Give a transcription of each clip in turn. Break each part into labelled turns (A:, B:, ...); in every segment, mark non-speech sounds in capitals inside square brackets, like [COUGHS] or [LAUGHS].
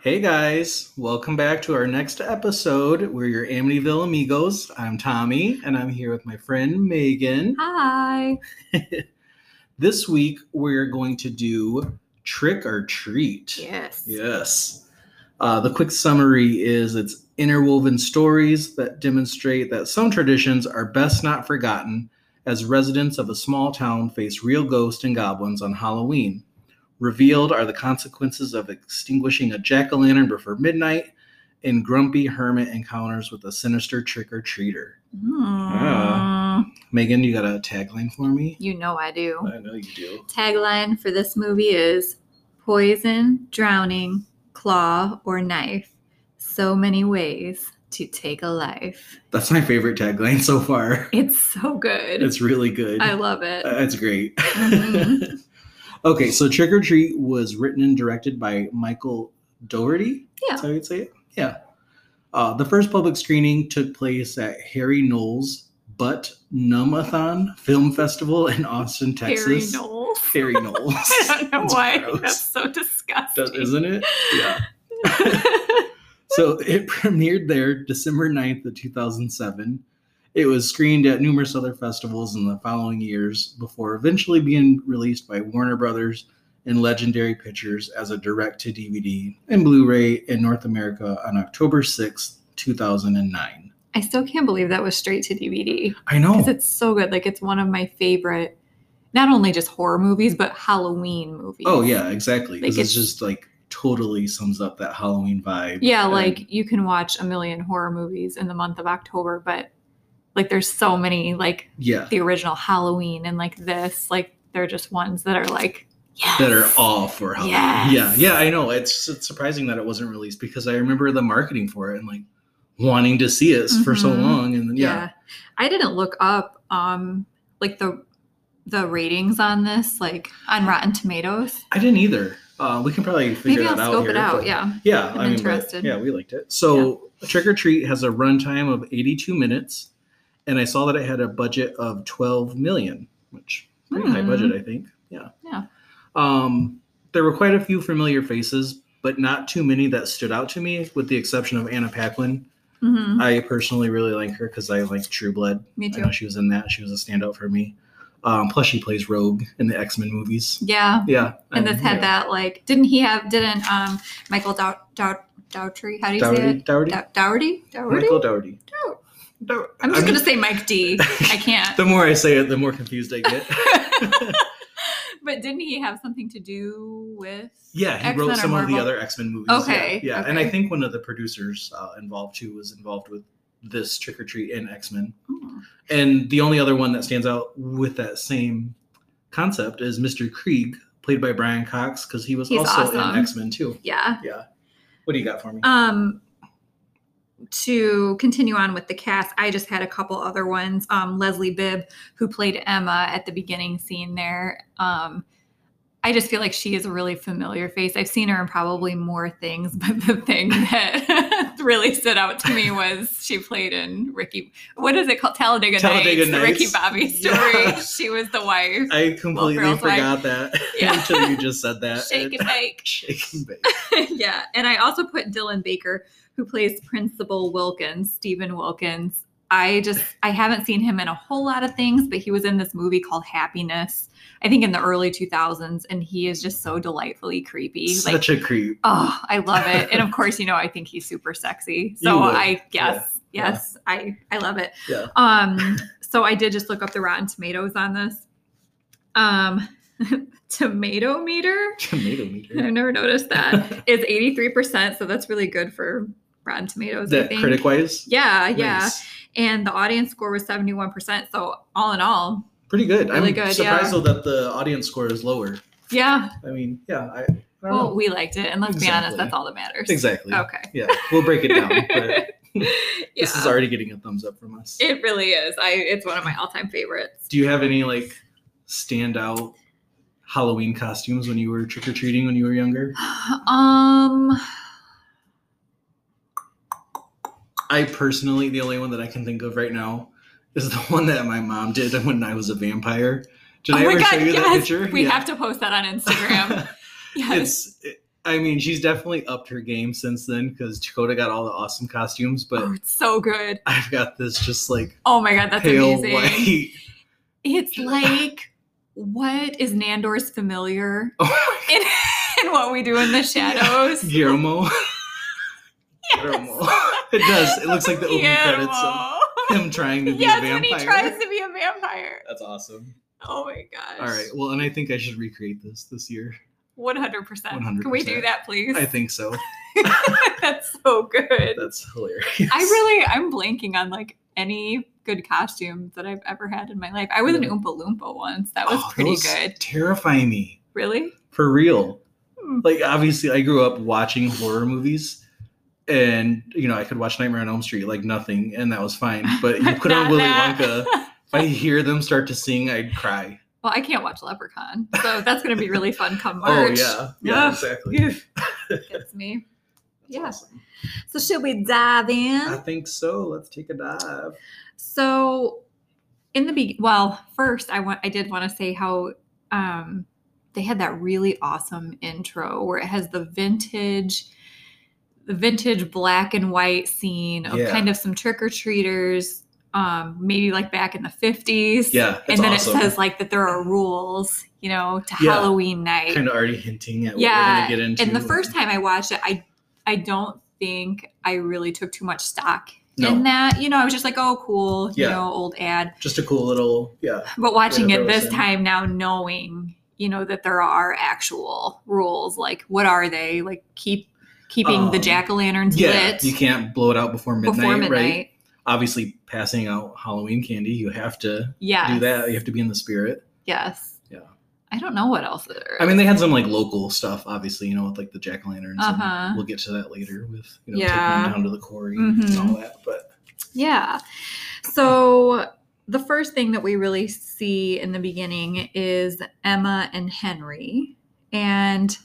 A: Hey guys, welcome back to our next episode. We're your Amityville amigos. I'm Tommy, and I'm here with my friend Megan.
B: Hi.
A: This week, we're going to do trick or treat.
B: Yes.
A: Yes. Uh, the quick summary is it's interwoven stories that demonstrate that some traditions are best not forgotten as residents of a small town face real ghosts and goblins on Halloween. Revealed are the consequences of extinguishing a jack o' lantern before midnight and grumpy hermit encounters with a sinister trick or treater.
B: Mm.
A: Megan, you got a tagline for me?
B: You know I do.
A: I know you do.
B: Tagline for this movie is poison, drowning, claw, or knife. So many ways to take a life.
A: That's my favorite tagline so
B: [LAUGHS]
A: far.
B: It's so good.
A: It's Uh, really good.
B: I love it.
A: That's great.
B: Mhm.
A: [LAUGHS] okay, so Trick or Treat was written and directed by Michael Doherty.
B: Yeah.
A: That's how you'd say it? Yeah. Uh, the first public screening took place at Harry Knowles' Butt Numathon Film Festival in Austin,
B: Harry
A: Texas.
B: Knowles. [LAUGHS]
A: Harry Knowles.
B: I don't know
A: That's
B: why.
A: gross.
B: That's so disgusting.
A: Does-
B: [LAUGHS]
A: Isn't it? Yeah. So it [LAUGHS] premiered there December 9th of 2007. It was screened at numerous other festivals in the following years before eventually being released by Warner Brothers and Legendary Pictures as a direct to DVD and Blu ray in North America on October 6th, 2009.
B: I still can't believe that was straight to DVD.
A: I know.
B: because it's so good. Like it's one of my favorite, not only just horror movies, but Halloween movies.
A: Oh, yeah, exactly.
B: Like
A: This is
B: it's-
A: just like totally sums up that Halloween vibe.
B: Yeah,
A: And
B: like you can watch a million horror movies in the month of October, but like there's so many, like
A: yeah,
B: the original Halloween and like this, like they're just ones that are like, yes.
A: that are all for Halloween.
B: Yes.
A: Yeah, yeah, I know. It's, it's surprising that it wasn't released because I remember the marketing for it and like wanting to see it for so
B: Mhm.
A: long. And then, yeah,
B: I didn't look up um like the the ratings on this, like on Rotten Tomatoes.
A: I didn't either. Uh, we can probably figure
B: Maybe I'll
A: that out
B: scope
A: here.
B: it out.
A: but-
B: Yeah.
A: yeah,
B: I'm
A: I mean, but-
B: interested.
A: yeah, we liked it. So Trick or Treat has a runtime of 82 minutes, and I saw that it had a budget of 12 million, which pretty high
B: Mhm.
A: budget, I think. Yeah.
B: Yeah.
A: Um, there were quite a few familiar faces, but not too many that stood out to me, with the exception of Anna Paquin.
B: Mhm.
A: I personally really like her because I like True Blood.
B: Me
A: I
B: too.
A: know she was in that. She was a standout for me. Um, plus, she plays Rogue in the X Men movies.
B: Yeah.
A: Yeah,
B: And
A: I-
B: this had
A: yeah.
B: that like didn't he have didn't um Michael Dow- Dow- Dowtry how do you say
A: Dougherty.
B: it
A: Dougherty.
B: Dow- Dougherty Dougherty
A: Michael Dougherty.
B: Dow-
A: Dough-
B: I'm just
A: I mean,
B: gonna say
A: [LAUGHS]
B: Mike D I can't [LAUGHS]
A: The more I say it, the more confused I get.
B: but didn't he have something to do with
A: yeah, he
B: X-Men
A: wrote
B: or
A: some of the
B: Marvel?
A: other X Men movies.
B: Okay,
A: Yeah, yeah. and I
B: okay.
A: think one of the producers uh, involved too was involved with this Trick or Treat and X Men.
B: Hmm.
A: And the only other one that stands out with that same concept is Mr. Krieg, played by Brian Cox, because he was
B: He's
A: also in
B: awesome.
A: X Men too.
B: yeah
A: Yeah. What do you got for me?
B: um to continue on with the cast I just had a couple other ones um Leslie Bibb who played Emma at the beginning scene there um I just feel like she is a really familiar face. I've seen her in probably more things, [LAUGHS] but the thing that [LAUGHS] really stood out to me was she played in Ricky. What is it called? Talladega,
A: Talladega
B: Nights, the Ricky
A: Nights.
B: Bobby story.
A: [LAUGHS] Yeah.
B: She was the wife.
A: I completely
B: girls, like-
A: forgot that [LAUGHS]
B: Yeah.
A: until you just said that.
B: [LAUGHS] Shake and bake.
A: [LAUGHS] Shake and bake.
B: [LAUGHS] yeah, and I also put Dylan Baker, who plays Principal Wilkins, Stephen Wilkins. I just I haven't seen him in a whole lot of things, but he was in this movie called Happiness. I think in the early 2000s, and he is just so delightfully creepy. like
A: Such a creep.
B: Oh, I love it.
A: [LAUGHS]
B: And of course, you know, I think he's super sexy. So
A: You would.
B: I guess,
A: Yeah.
B: yes, I I love it.
A: Yeah. [LAUGHS]
B: Um so I did just look up the Rotten Tomatoes on this. Um [LAUGHS] tomato meter.
A: Tomato
B: I've
A: meter.
B: never noticed that.
A: [LAUGHS]
B: Is 83%, so that's really good for Rotten Tomatoes, I
A: that
B: think.
A: critic wise?
B: yeah, yeah.
A: Nice.
B: And the audience score was 71%, so all in all,
A: Pretty good.
B: Really
A: I'm
B: good,
A: surprised though that the audience score is lower.
B: yeah.
A: I mean, yeah, I, I don't
B: Well,
A: know.
B: we liked it. And let's be honest,
A: Exactly.
B: that's all that matters.
A: Exactly.
B: Okay.
A: Yeah, we'll break it down.
B: [LAUGHS]
A: But this
B: Yeah.
A: is already getting a thumbs up from us.
B: It really is. I it's one of my all-time favorites. [SIGHS]
A: Do you have any like standout Halloween costumes when you were trick or treating when you were younger?
B: Um
A: I personally, the only one that I can think of right now is the one that my mom did when I was a vampire. Did
B: oh
A: I
B: my
A: ever
B: God,
A: show you that
B: yes!
A: picture? [LAUGHS]
B: We have to post that on Instagram. Yes.
A: it's. It, I mean, she's definitely upped her game since then because Dakota got all the awesome costumes, but
B: oh, it's so good.
A: I've got this just like
B: Oh my god, that's
A: pale
B: amazing.
A: white. [LAUGHS]
B: It's like what is Nandor's familiar
A: Oh
B: in, [LAUGHS] in what we do
A: [LAUGHS]
B: in the shadows?
A: my-
B: [LAUGHS]
A: Guillermo. Guillermo. [LAUGHS] It does. It looks like the opening
B: Guillermo. [LAUGHS]
A: credits of him trying to be
B: yes,
A: a vampire.
B: when he tries to be a vampire.
A: That's awesome.
B: Oh my gosh.
A: All right. Well, and I think I should recreate this this year.
B: 100%. Can we do
A: 100%.
B: that, [LAUGHS] please?
A: I think so. [LAUGHS]
B: That's so good.
A: That's hilarious.
B: I really, I'm blanking on like any good costume that I've ever had in my life. I was an
A: Yeah.
B: Oompa Loompa once. That was
A: Oh,
B: pretty
A: those
B: good.
A: Terrify me.
B: Really?
A: For real.
B: Hmm.
A: Like obviously I grew up watching horror movies and you know, I could watch Nightmare on Elm Street like nothing and that was fine.
B: [LAUGHS]
A: But you put on
B: Not
A: Willy
B: that.
A: Wonka, if I hear them start to sing, I'd cry.
B: [LAUGHS] Well, I can't watch Leprechaun, so that's going to be really fun come
A: [LAUGHS] Oh
B: March.
A: yeah. Yeah,
B: Ugh.
A: exactly.
B: Oof. [LAUGHS] Gets
A: [LAUGHS]
B: me.
A: That's
B: Yeah.
A: awesome.
B: So should we dive
A: I
B: in?
A: think so. Let's take a dive.
B: So in the be well, first I want I did want to say how um they had that really awesome intro where it has the vintage the vintage black and white scene of
A: Yeah.
B: kind of some trick-or-treaters, um, maybe like back in the 50s.
A: Yeah. That's
B: and then
A: awesome.
B: it says like that there are rules, you know, to
A: Yeah.
B: Halloween night.
A: kind of already hinting at
B: Yeah,
A: what we're gonna get into.
B: and the first time I watched it, I I don't think I really took too much stock
A: No.
B: in that. You know, I was just like, oh, cool, you
A: Yeah.
B: know, old ad.
A: just a cool little yeah.
B: But watching
A: Yeah, that
B: it
A: was
B: this
A: it.
B: time now, knowing you know that there are actual rules, like what are they? Like keep keeping the
A: Um,
B: jack o' lanterns
A: Yeah.
B: lit
A: You can't blow it out before midnight,
B: before midnight.
A: right? Obviously passing out Halloween candy, you have to
B: Yes.
A: do that. You have to be in the spirit.
B: Yes.
A: Yeah.
B: I don't know what else. There
A: I mean, they had some like local stuff, obviously, you know, with like the jack o' lanterns. and
B: Uh-huh.
A: We'll get to that later with you know
B: Yeah.
A: taking them down to the quarry
B: Mhm.
A: and all that. But
B: Yeah. So the first thing that we really see in the beginning is Emma and Henry. And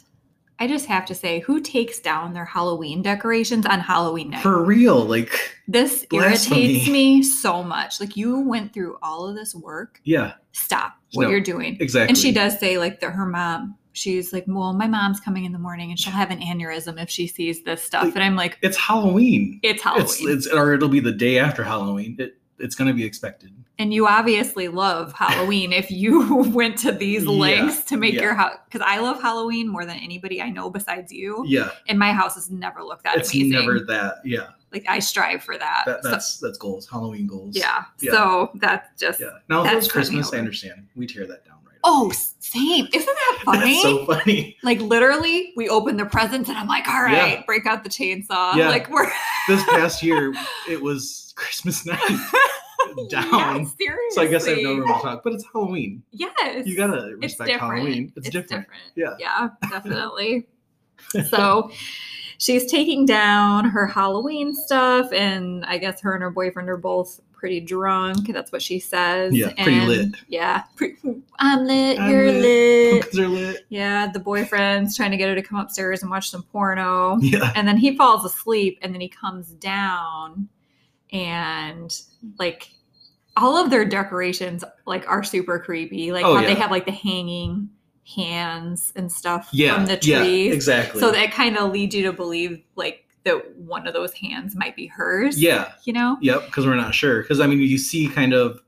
B: I just have to say, who takes down their Halloween decorations on Halloween night?
A: for real, like
B: this
A: Blasphemy.
B: irritates me so much. Like, you went through all of this work.
A: yeah,
B: Stop what
A: No,
B: you're doing.
A: exactly.
B: And she does say, like, that her mom, she's like, well, my mom's coming in the morning and she'll have an aneurysm if she sees this stuff.
A: Like-
B: And I'm like,
A: It's Halloween.
B: it's Halloween.
A: It's it's or it'll be the day after Halloween. It it's gonna be expected.
B: and you obviously love Halloween if you [LAUGHS] went to these
A: Yeah,
B: lengths to make
A: yeah.
B: your house because I love Halloween more than anybody I know besides you.
A: Yeah,
B: And my house has never looked that
A: it's
B: amazing.
A: never that. Yeah,
B: like I strive for that.
A: that,
B: Uh, So-
A: that's that's goals. Halloween goals.
B: yeah.
A: yeah.
B: So that's just
A: Yeah. Now if it
B: That's
A: was
B: cut me
A: Christmas, I
B: over.
A: understand. We tear that down right
B: oh
A: away.
B: same. Isn't that funny?
A: That's [LAUGHS] so
B: [LAUGHS]
A: funny.
B: like literally we open the presents and I'm like, all
A: Yeah.
B: right, break out the chainsaw.
A: Yeah.
B: Like we're
A: This past year, it was Christmas [LAUGHS] night [LAUGHS] down.
B: [LAUGHS] Yeah, seriously.
A: so I guess I have no room to talk, but it's Halloween.
B: Yes.
A: You gotta
B: it's
A: respect
B: different.
A: Halloween. It's, different.
B: different. Yeah. Yeah,
A: [LAUGHS]
B: definitely. so she's taking down her Halloween stuff, and I guess her and her boyfriend are both pretty drunk. That's what she says.
A: Yeah, pretty
B: and-
A: lit.
B: Yeah. pre- I'm lit,
A: I'm
B: you're
A: [LAUGHS]
B: lit.
A: Pumpkins are lit.
B: Yeah, the boyfriend's trying to get her to come upstairs and watch some porno.
A: Yeah.
B: And then he falls asleep and then he comes down and like all of their decorations like are super creepy. Like
A: Oh,
B: how they
A: yeah.
B: have like the hanging hands and stuff
A: Yeah.
B: from the
A: yeah.
B: trees.
A: Exactly.
B: So that kind of leads you to believe like that one of those hands might be hers.
A: yeah.
B: You know?
A: Yep. Because we're not sure. Because I mean, you see kind of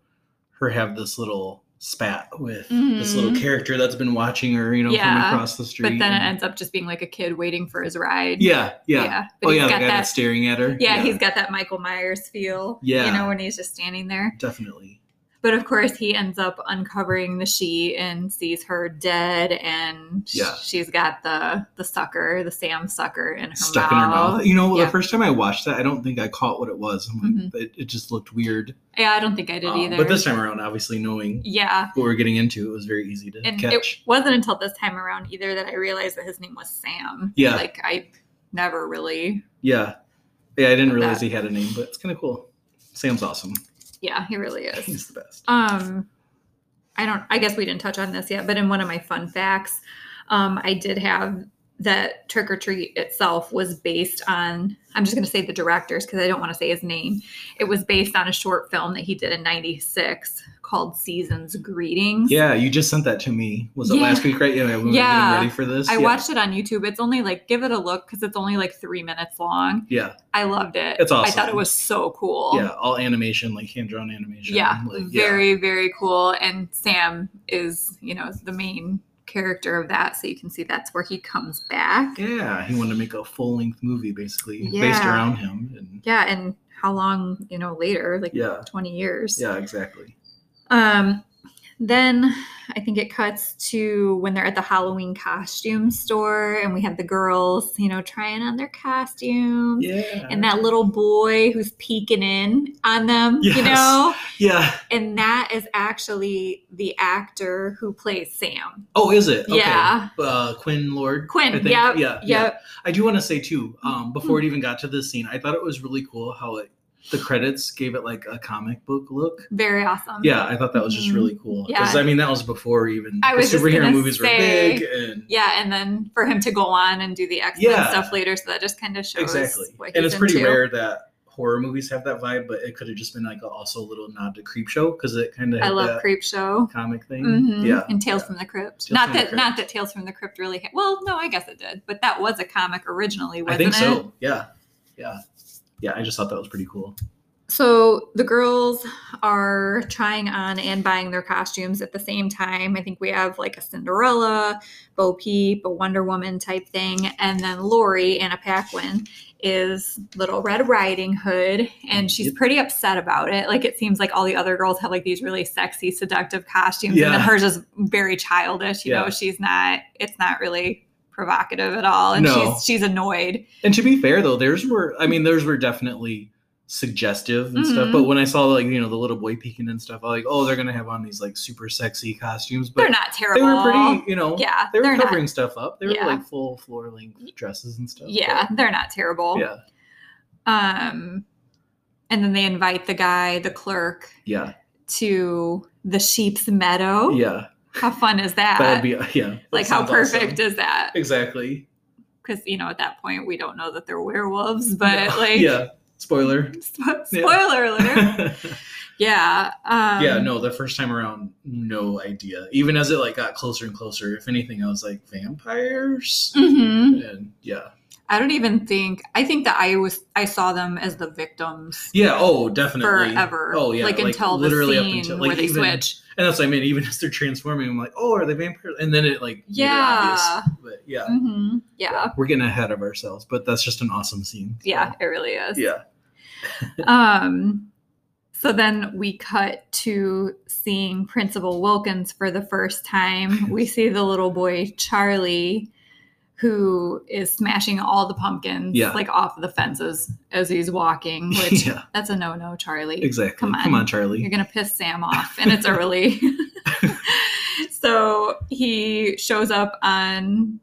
A: her have this little spat with this little
B: Mhm.
A: character that's been watching her, you know,
B: Yeah,
A: from across the street.
B: But then it
A: and-
B: ends up just being like a kid waiting for his ride.
A: yeah, yeah.
B: But
A: oh
B: he's
A: yeah, the
B: got
A: guy
B: that
A: that's staring at her.
B: yeah, he's got that Michael Myers feel. You
A: Yeah.
B: know, when he's just standing there.
A: definitely.
B: But of course, he ends up uncovering the she and sees her dead, and sh-
A: Yeah.
B: she's got the the sucker, the Sam sucker in her
A: stuck in her
B: mouth.
A: mouth. You know,
B: Yeah.
A: the first time I watched that, I don't think I caught what it was. I'm like, it, it just looked weird.
B: Yeah, I don't think I did
A: Um,
B: either.
A: But this time around, obviously knowing
B: yeah,
A: what we're getting into, it was very easy to
B: and it
A: catch.
B: wasn't until this time around either that I realized that his name was Sam.
A: Yeah.
B: like I never really.
A: yeah, yeah. I didn't
B: But
A: realize
B: that-
A: he had a name, but it's kind of cool. Sam's awesome.
B: Yeah, he really is.
A: He's the best.
B: Um, I don't. I guess we didn't touch on this yet, but in one of my fun facts, um, I did have that Trick or Treat itself was based on, I'm just going to say the directors because I don't want to say his name. It was based on a short film that he did in 96 called Season's Greetings.
A: Yeah, you just sent that to me. Was it
B: Yeah.
A: last week, right? Yeah, we were
B: Yeah.
A: getting ready for this.
B: I
A: yeah.
B: watched it on YouTube. It's only like, give it a look because it's only like three minutes long.
A: Yeah,
B: I loved it.
A: It's
B: I thought
A: awesome.
B: it was so cool.
A: yeah, all animation, like hand drawn animation.
B: Yeah,
A: like,
B: very, very cool. And Sam is, you know, the main character of that. So you can see that's where he comes back.
A: Yeah. yeah, he wanted to make a full length movie, basically based
B: Yeah.
A: around him. And
B: Yeah, and how long, you know, later, like
A: yeah,
B: 20 years.
A: yeah, exactly.
B: Um, then I think it cuts to when they're at the Halloween costume store and we have the girls, you know, trying on their costumes.
A: Yeah,
B: And that little boy who's peeking in on them, you
A: Yes.
B: know?
A: yeah.
B: And that is actually the actor who plays Sam.
A: Oh, is it? Okay.
B: Yeah.
A: Uh, Quinn Lord. I
B: Quinn,
A: think.
B: yep,
A: Yeah. Yeah.
B: Yep. Mm-hmm.
A: I do want to say too, um, before it even got to this scene, I thought it was really cool how it the credits gave it like a comic book look.
B: Very awesome.
A: Yeah, I thought that was just
B: Mhm.
A: really cool. Because
B: Um, Yeah.
A: I mean, that was before even
B: I was
A: the
B: just
A: superhero
B: gonna
A: movies
B: say-
A: were big and
B: Yeah, and then for him to go on and do the X Men
A: Yeah.
B: stuff later, so that just kind of shows
A: exactly.
B: What he's
A: And it's pretty
B: into.
A: rare that horror movies have that vibe, but it could have just been like a, also a little nod to Creepshow because it kind of
B: I
A: had
B: love
A: that
B: Creep Show.
A: comic thing.
B: Mhm.
A: Yeah.
B: and Tales from the Crypt.
A: Tales
B: not
A: from the
B: that,
A: Crypt.
B: not that Tales from the Crypt really. Ha- well, no, I guess it did, but that was a comic originally,
A: I
B: wasn't
A: think
B: it?
A: so. Yeah. Yeah. Yeah. I just thought that was pretty cool.
B: So the girls are trying on and buying their costumes at the same time. I think we have like a Cinderella, Bo Peep, a Wonder Woman type thing, and then Lori Anna Paquin is Little Red Riding Hood, and she's
A: Yep.
B: pretty upset about it. Like it seems like all the other girls have like these really sexy, seductive costumes, and
A: Yeah.
B: then hers is very childish. You
A: Yeah.
B: know, she's not. It's not really provocative at all, and
A: No.
B: she's she's annoyed.
A: And to be fair though, theirs were I mean, theirs were definitely suggestive and stuff.
B: Mhm.
A: But when I saw like, you know, the little boy peeking and stuff, I was like, oh, they're gonna have on these like super sexy costumes. But
B: They're not terrible.
A: they were pretty, you know,
B: Yeah,
A: they were
B: they're not
A: covering stuff up. They were
B: Yeah.
A: like full floor length dresses and stuff.
B: Yeah, they're not terrible.
A: But, yeah.
B: Um, and then they invite the guy, the clerk,
A: Yeah.
B: to the sheep's meadow.
A: Yeah.
B: How fun is that?
A: That would be [LAUGHS] yeah. that
B: like how
A: sounds awesome.
B: perfect is that?
A: Exactly.
B: Because you know at that point we don't know that they're werewolves, but
A: [LAUGHS]
B: like
A: yeah. Spoiler.
B: spo-
A: Yeah. [LAUGHS]
B: spoiler alert. yeah. Um,
A: yeah, no, the first time around, no idea. Even as it like got closer and closer, if anything, I was like, vampires?
B: mhm.
A: And yeah.
B: I don't even think. I think that I was. I saw them as the victims
A: Yeah, oh definitely.
B: forever.
A: Oh yeah.
B: Like, until
A: literally
B: the
A: up
B: scene
A: until
B: where
A: like
B: they
A: even,
B: switch.
A: And that's what I mean, even [LAUGHS] as they're transforming, I'm like, oh, are they vampires? And then it like made it
B: Yeah.
A: obvious. But yeah.
B: hmm Yeah.
A: We're getting ahead of ourselves, but that's just an awesome scene. so,
B: Yeah. It really is. [LAUGHS]
A: Yeah.
B: um so then we cut to seeing principal wilkins for the
A: [LAUGHS]
B: first time we see the little boy charlie who is smashing all the pumpkins
A: Yeah.
B: like off the fences as he's
A: [LAUGHS]
B: walking which
A: yeah.
B: that's a no-no charlie
A: Exactly.
B: Come on.
A: Charlie.
B: you're gonna piss sam off and it's early [LAUGHS] so he shows up on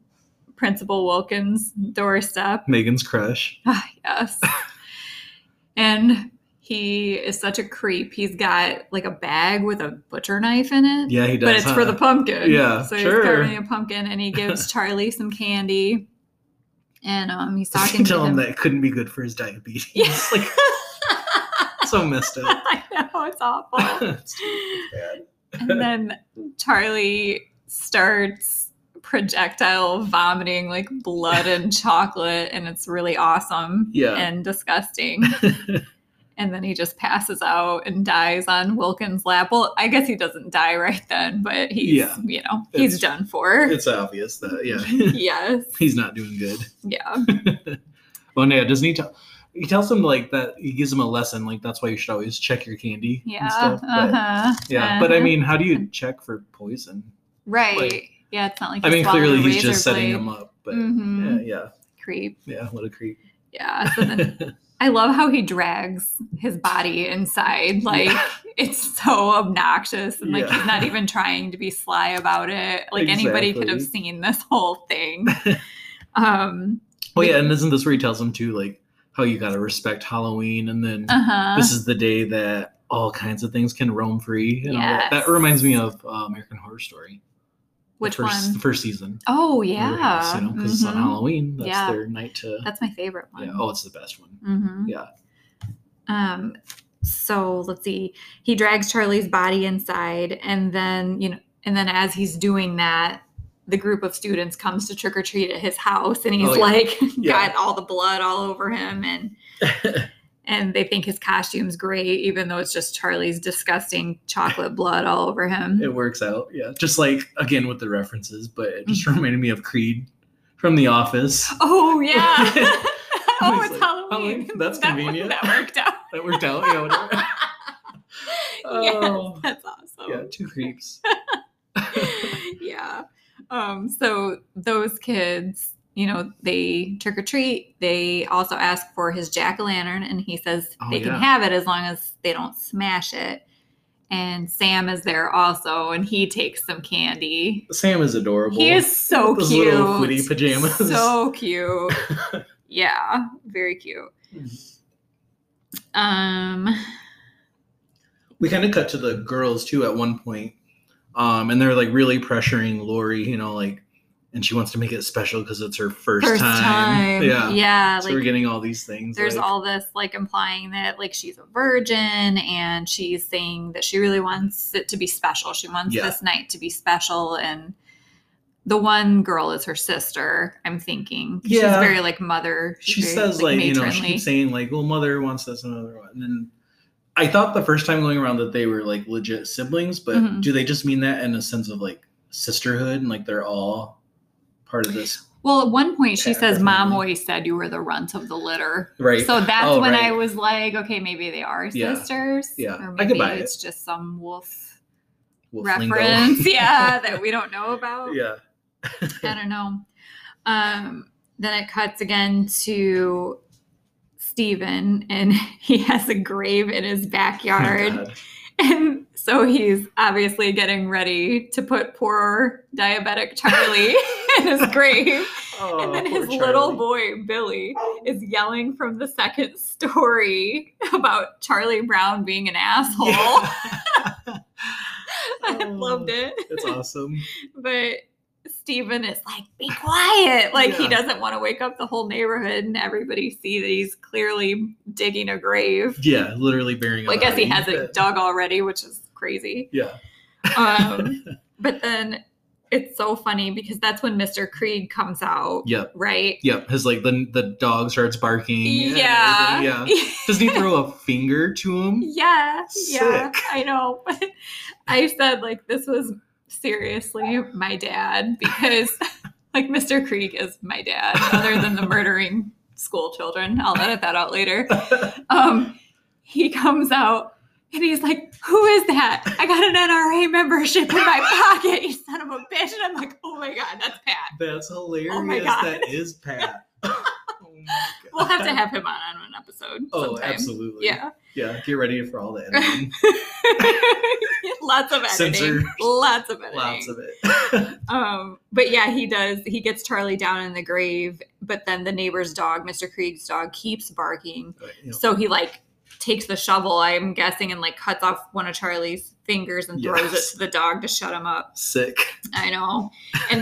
B: principal wilkins doorstep
A: Megan's crush.
B: Ah, yes. and he is such a creep. He's got like a bag with a butcher knife in it.
A: Yeah, he does.
B: [LAUGHS] but it's for
A: huh?
B: the pumpkin.
A: Yeah,
B: So
A: sure.
B: he's carving a pumpkin
A: [LAUGHS]
B: and he gives Charlie some candy. And um he's
A: Just [LAUGHS] [LAUGHS]
B: talking
A: tell
B: to
A: him
B: him.
A: that it couldn't be good for his diabetes.
B: Yeah.
A: [LAUGHS] like so messed up.
B: [LAUGHS] I know, it's
A: [COUGHS] [LAUGHS]
B: awful.
A: It's bad.
B: and then Charlie starts projectile vomiting like
A: [LAUGHS]
B: blood and chocolate and it's really awesome
A: Yeah.
B: and
A: [LAUGHS]
B: disgusting and then he just passes out and dies on wilkins lap well i guess he doesn't die right then but he's
A: Yeah.
B: you know he's
A: It's-
B: done
A: [LAUGHS]
B: for
A: It's obvious that yeah,
B: [LAUGHS]
A: [LAUGHS]
B: yes
A: he's not doing good.
B: yeah
A: Oh no, doesn't he tell? He tells him like that. He gives him a lesson. Like that's why you should always check your candy.
B: yeah
A: And stuff. But,
B: uh-huh.
A: yeah, but I
B: Uh-huh.
A: mean, how do you check for poison?
B: right
A: like-
B: yeah it's not like
A: I
B: he
A: mean,
B: swallowed
A: clearly
B: a
A: he's
B: razor
A: just setting
B: blade.
A: him up. But
B: Mhm.
A: yeah, yeah,
B: creep
A: yeah. What a creep. [LAUGHS]
B: yeah so then I love how he drags his body inside. Like it's so obnoxious and like
A: Yeah.
B: he's not even trying to be sly about it. Like anybody could have
A: Exactly.
B: seen this whole
A: [LAUGHS]
B: thing. Um
A: oh yeah, and isn't this where he tells him too, like how you gotta respect Halloween, and then
B: uh-huh.
A: this is the day that all kinds of things can roam free. And all that. that reminds me of uh, American Horror Story.
B: Which
A: the first,
B: one?
A: The first season.
B: Oh
A: Murder House,
B: yeah.
A: you know, because it's on
B: Mhm.
A: Halloween. That's
B: Yeah.
A: their night to.
B: That's my favorite one.
A: uh, yeah. Oh, it's the best one.
B: Mm-hmm.
A: Yeah.
B: Um, so let's see. He drags Charlie's body inside, and then you know, and then as he's doing that, the group of students comes to trick or treat at his house, and he's
A: Oh, yeah.
B: like [LAUGHS]
A: Yeah.
B: got all the blood all over
A: [LAUGHS]
B: him, and and they think his costume's great, even though it's just Charlie's disgusting chocolate blood all over him.
A: It works out. Yeah. Just like, again, with the references, but it just
B: Mm-hmm.
A: reminded me of Creed from The
B: [GASPS]
A: Office. [LAUGHS]
B: oh yeah. [LAUGHS]
A: I
B: oh,
A: was
B: it's
A: like,
B: Halloween.
A: Halloween, that's
B: [LAUGHS] That-
A: convenient.
B: That, worked out. [LAUGHS]
A: That worked out. Yeah. Whatever. [LAUGHS]
B: yes,
A: Oh.
B: that's awesome.
A: Yeah. Two creeps.
B: [LAUGHS] yeah. Um, so those kids, you know, they trick or treat. They also ask for his jack o' lantern, and he says
A: Oh,
B: they
A: yeah.
B: can have it as long as they don't smash it. And Sam is there also, and he takes some candy.
A: Sam is adorable.
B: He is so
A: Those
B: cute.
A: little footy pajamas.
B: So
A: [LAUGHS]
B: cute. yeah, very cute.
A: Mm.
B: Um,
A: we kind of cut to the girls too at one point, um, and they're like really pressuring Lori, you know, like, and she wants to make it special because it's her first,
B: first
A: time.
B: time.
A: Yeah.
B: yeah.
A: so we're getting all these things.
B: there's
A: like-
B: all this like implying that like she's a virgin and she's saying that she really wants it to be special. She wants
A: Yeah.
B: this night to be special and the one girl is her sister, I'm thinking. She's
A: Yeah.
B: very like mother.
A: she
B: she's very,
A: says like, you know she
B: matronly.
A: keeps saying like well mother wants this and another one and then i thought the first time going around that they were like legit siblings but
B: Mhm.
A: do they just mean that in a sense of like sisterhood and like they're all part of this
B: Well, at one point she
A: Yeah,
B: says mom
A: definitely.
B: always said you were the runt of the litter.
A: right
B: So that's
A: Oh,
B: when I
A: right.
B: was like, okay, maybe they are
A: Yeah.
B: sisters.
A: Yeah. I
B: Or maybe
A: could buy it.
B: it's just some wolf,
A: Wolf lingo. [LAUGHS]
B: reference. [LAUGHS] yeah. That we don't know [LAUGHS] about.
A: yeah
B: I don't know. Um, then it cuts again to Steven and [LAUGHS] he has a grave in his
A: Oh my
B: backyard.
A: [LAUGHS]
B: [LAUGHS]
A: God.
B: and so he's obviously getting ready to put poor diabetic Charlie [LAUGHS] in his grave.
A: [LAUGHS] Oh,
B: and then
A: poor
B: his little
A: Charlie.
B: boy, Billy, is yelling from the second story [LAUGHS] about Charlie Brown being an asshole.
A: [LAUGHS] Yeah.
B: [LAUGHS]
A: Oh,
B: I loved it [LAUGHS]
A: it's awesome
B: but Steven is like, be quiet. [LAUGHS] Like he
A: Yeah.
B: doesn't want to wake up the whole neighborhood and everybody see that he's clearly digging a grave.
A: yeah literally bearing
B: Well, I
A: a
B: guess he
A: body.
B: has it dug already, which is
A: [LAUGHS]
B: crazy.
A: yeah
B: Um, but then it's so funny because that's when Mr. Creed comes out,
A: yep
B: right?
A: yep his like the the dog starts barking and
B: Yeah. [LAUGHS]
A: everything. yeah doesn't he throw a finger to him
B: Yeah, yeah,
A: Sick.
B: I know. [LAUGHS] But I said like this was seriously my dad because [LAUGHS] like Mr. Creek is my dad, other than the murdering school children. I'll edit that
A: [LAUGHS]
B: out later. Um, he comes out and he's like, "Who is that? I got an NRA membership in my pocket, you son of a bitch!" And I'm like, "Oh my god, that's Pat.
A: That's hilarious.
B: Oh God.
A: That is
B: [LAUGHS]
A: Pat. oh my God.
B: We'll have to have him on on an episode."
A: Oh,
B: sometime.
A: absolutely.
B: Yeah. [LAUGHS]
A: Yeah. Get ready for all the editing.
B: lots of editing.
A: Censor.
B: Lots of editing.
A: Lots of it.
B: Um, but yeah, he does. He gets Charlie down in the grave, but then the neighbor's dog, Mr. Krieg's dog, keeps barking.
A: [LAUGHS] But, you know,
B: So he like takes the shovel, I'm guessing, and like cuts off one of Charlie's fingers and throws
A: Yes.
B: it to the dog to shut him up.
A: sick.
B: I know. And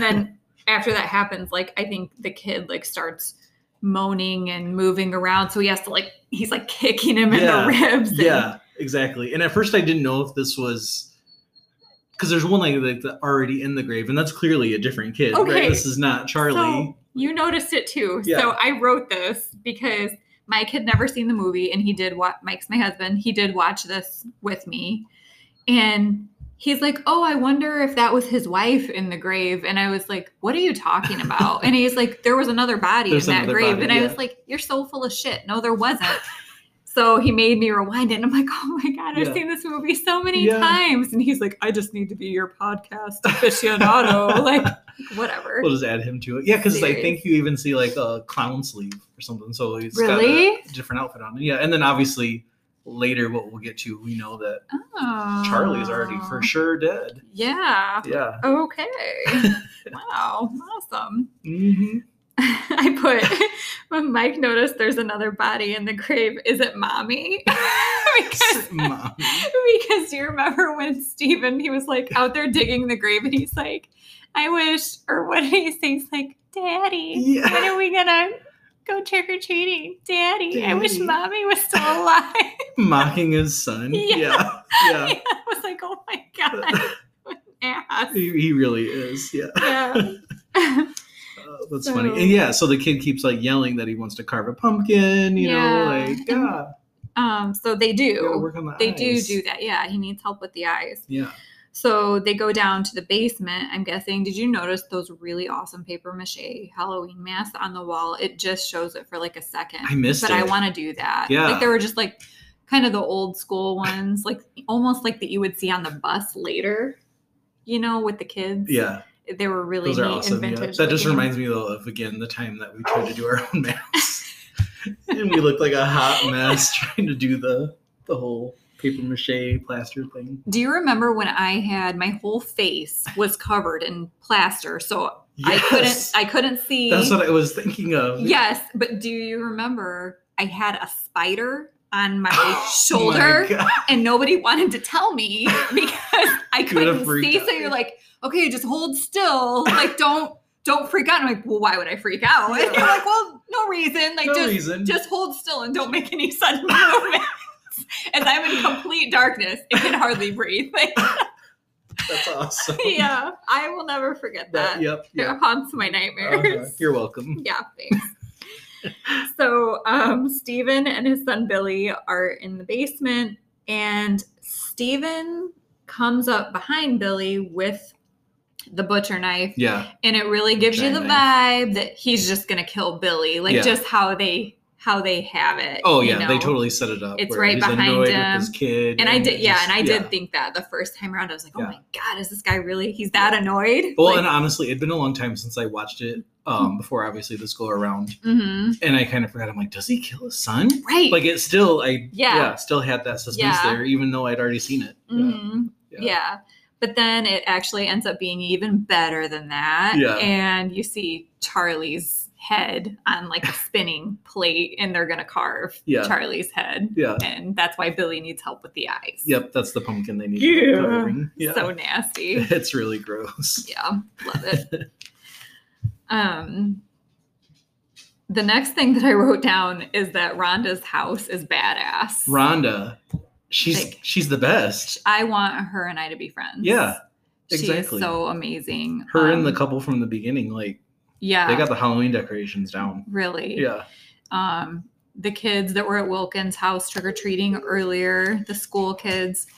A: [LAUGHS]
B: then after that happens, like I think the kid like starts moaning and moving around. So he has to like he's like kicking him
A: Yeah.
B: in the ribs. and-
A: Yeah, exactly. And at first, I didn't know if this was because there's one like that's already in the grave, and that's clearly a different kid.
B: Okay.
A: Right? This is not Charlie.
B: So you noticed it too.
A: Yeah.
B: So I wrote this because Mike had never seen the movie and he did what Mike's my husband. He did watch this with me. And he's like, Oh, I wonder if that was his wife in the grave. And I was like, What are you talking about? and he's like, There was another body
A: There's
B: in that
A: another
B: grave.
A: body,
B: and I
A: yeah.
B: was like, You're so full of shit. No, there wasn't. So he made me rewind it, and I'm like, "Oh my god, I've
A: Yeah.
B: seen this movie so many
A: Yeah.
B: times." And he's like, "I just need to be your podcast aficionado, [LAUGHS] like whatever."
A: We'll just add him to it. Yeah, because I
B: Serious.
A: think you even see like a clown sleeve or something. So he's
B: Really?
A: got a different outfit on. Yeah, and then obviously later, what we'll get to, we know that
B: Oh.
A: Charlie's already for sure dead.
B: Yeah.
A: Yeah.
B: Okay.
A: [LAUGHS]
B: wow. Awesome. [LAUGHS]
A: Mm-hmm.
B: I put [LAUGHS] when Mike noticed there's another body in the grave. Is it mommy? [LAUGHS] because because you remember when Steven he was like out there digging the grave and he's like, I wish, or one of these things like, Daddy,
A: Yeah.
B: when are we gonna go trick or treating? Daddy, I wish
A: Daddy."
B: mommy was still alive.
A: mocking his son.
B: Yeah.
A: Yeah. Yeah.
B: [LAUGHS] I was like, oh my
A: [LAUGHS]
B: god, [LAUGHS] what an ass.
A: He, he really is. Yeah.
B: Yeah. [LAUGHS]
A: Uh, that's
B: So-
A: funny. And yeah, so the kid keeps like yelling that he wants to carve a pumpkin, you
B: Yeah.
A: know, like,
B: And
A: yeah,
B: um, so they
A: you gotta
B: do.
A: work on the
B: They do
A: eyes."
B: do that. Yeah, he needs help with the eyes.
A: Yeah.
B: So they go down to the basement. I'm guessing. Did you notice those really awesome paper mache Halloween masks on the wall? It just shows it for like a second.
A: I missed
B: but
A: it.
B: I want to do that.
A: Yeah.
B: Like there were just like kind of the old school ones, like almost like that you would see on the bus later, you know, with the kids.
A: Yeah,
B: They were really
A: those
B: neat
A: are awesome.
B: and
A: Yeah.
B: vintage.
A: That just
B: looking.
A: reminds me though of again the time that we tried to do our own masks, [LAUGHS] and we looked like a hot mess [LAUGHS] trying to do the the whole paper mache plaster thing.
B: Do you remember when I had my whole face was covered in plaster, so
A: Yes,
B: I couldn't I couldn't see
A: that's what I was thinking of.
B: Yes, but do you remember I had a spider on my
A: [GASPS] [LAUGHS] Oh
B: shoulder
A: my God.
B: and nobody wanted to tell
A: [LAUGHS]
B: me because I
A: You would have
B: couldn't
A: freaked
B: see.
A: out.
B: So you're like, okay, just hold still. Like don't don't freak out. I'm like, well, why would I freak out? [LAUGHS] And you're like, well, no reason. Like
A: no
B: just
A: reason.
B: just hold still and don't make any sudden [LAUGHS] movements. As I'm in complete darkness, it can
A: [LAUGHS]
B: hardly breathe. [LAUGHS] Like,
A: that's
B: [LAUGHS]
A: awesome.
B: uh, yeah, I will never forget that.
A: That- yep.
B: It
A: yep.
B: haunts my
A: Uh-huh.
B: nightmares.
A: You're welcome.
B: Yeah, thanks. so um Steven and his son Billy are in the basement and Steven comes up behind Billy with the butcher knife
A: Yeah.
B: and it really gives you the
A: Butcher
B: vibe that he's just gonna kill Billy. Like
A: Yeah.
B: just how they how they have it.
A: Oh
B: you
A: yeah, they
B: know?
A: totally set it up.
B: It's
A: where
B: right
A: he's
B: behind
A: annoyed
B: him.
A: With his kid
B: and I did,
A: it
B: yeah,
A: just-
B: and I
A: yeah.
B: did think that the first time around. I was like, oh
A: Yeah.
B: my god, is this guy really? He's that annoyed?
A: Well,
B: Like, Hmm.
A: and honestly, it'd been a long time since I watched it um, before, obviously, this go around.
B: mhm.
A: And I kind of forgot. I'm like, does he kill his son?
B: right?
A: Like, it still, I,
B: Yeah.
A: yeah, still had that suspense
B: Yeah.
A: there, even though I'd already seen it. Yeah.
B: Mhm. Yeah. But then it actually ends up being even better than that.
A: Yeah.
B: And you see Charlie's head on like
A: [LAUGHS]
B: a spinning plate and they're going to carve
A: Yeah.
B: Charlie's head.
A: Yeah.
B: And that's why Billy needs help with the eyes.
A: Yep. That's the pumpkin they need.
B: Yeah.
A: covering. Yeah.
B: So nasty.
A: [LAUGHS] it's really gross.
B: Yeah. Love it.
A: [LAUGHS]
B: um the next thing that I wrote down is that Rhonda's house is badass.
A: Rhonda, she's
B: Like-
A: she's the best.
B: I want her and I to be friends.
A: Yeah,
B: She
A: exactly.
B: is so amazing.
A: Her and the
B: Um,
A: couple from the beginning, like,
B: Yeah.
A: they got the Halloween decorations down.
B: really.
A: Yeah.
B: Um, the kids that were at Wilkins' house trick or treating earlier, the school kids,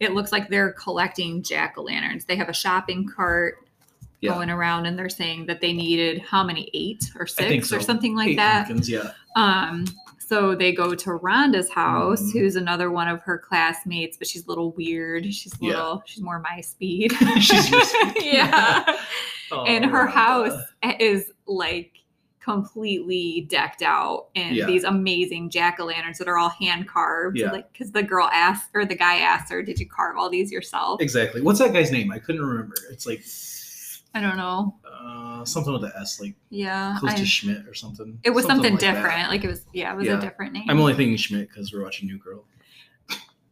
B: it looks like they're collecting jack o' lanterns. They have a shopping cart
A: Yeah.
B: going around and they're saying that they needed how many, eight or
A: I think
B: six or
A: so.
B: something like
A: Eight
B: that.
A: pumpkins, yeah. [LAUGHS]
B: Um, so they go to Rhonda's house,
A: Mhm.
B: who's another one of her classmates, but she's a little weird. She's a
A: Yeah.
B: little, she's more my speed.
A: She's
B: [LAUGHS]
A: your speed.
B: yeah.
A: Oh,
B: and her
A: Rhonda.
B: house is like completely decked out in
A: Yeah.
B: these amazing jack-o'-lanterns that are all hand carved
A: Yeah.
B: like because the girl asked or the guy asked her did you carve all these yourself
A: Exactly. What's that guy's name? I couldn't remember. It's like
B: i don't know
A: uh, something with the S, like
B: yeah
A: close
B: Uh, I-
A: to Schmidt or something.
B: it was something,
A: like that.
B: different like it was yeah it was a
A: Yeah.
B: different name
A: I'm only thinking Schmidt because we're watching New Girl.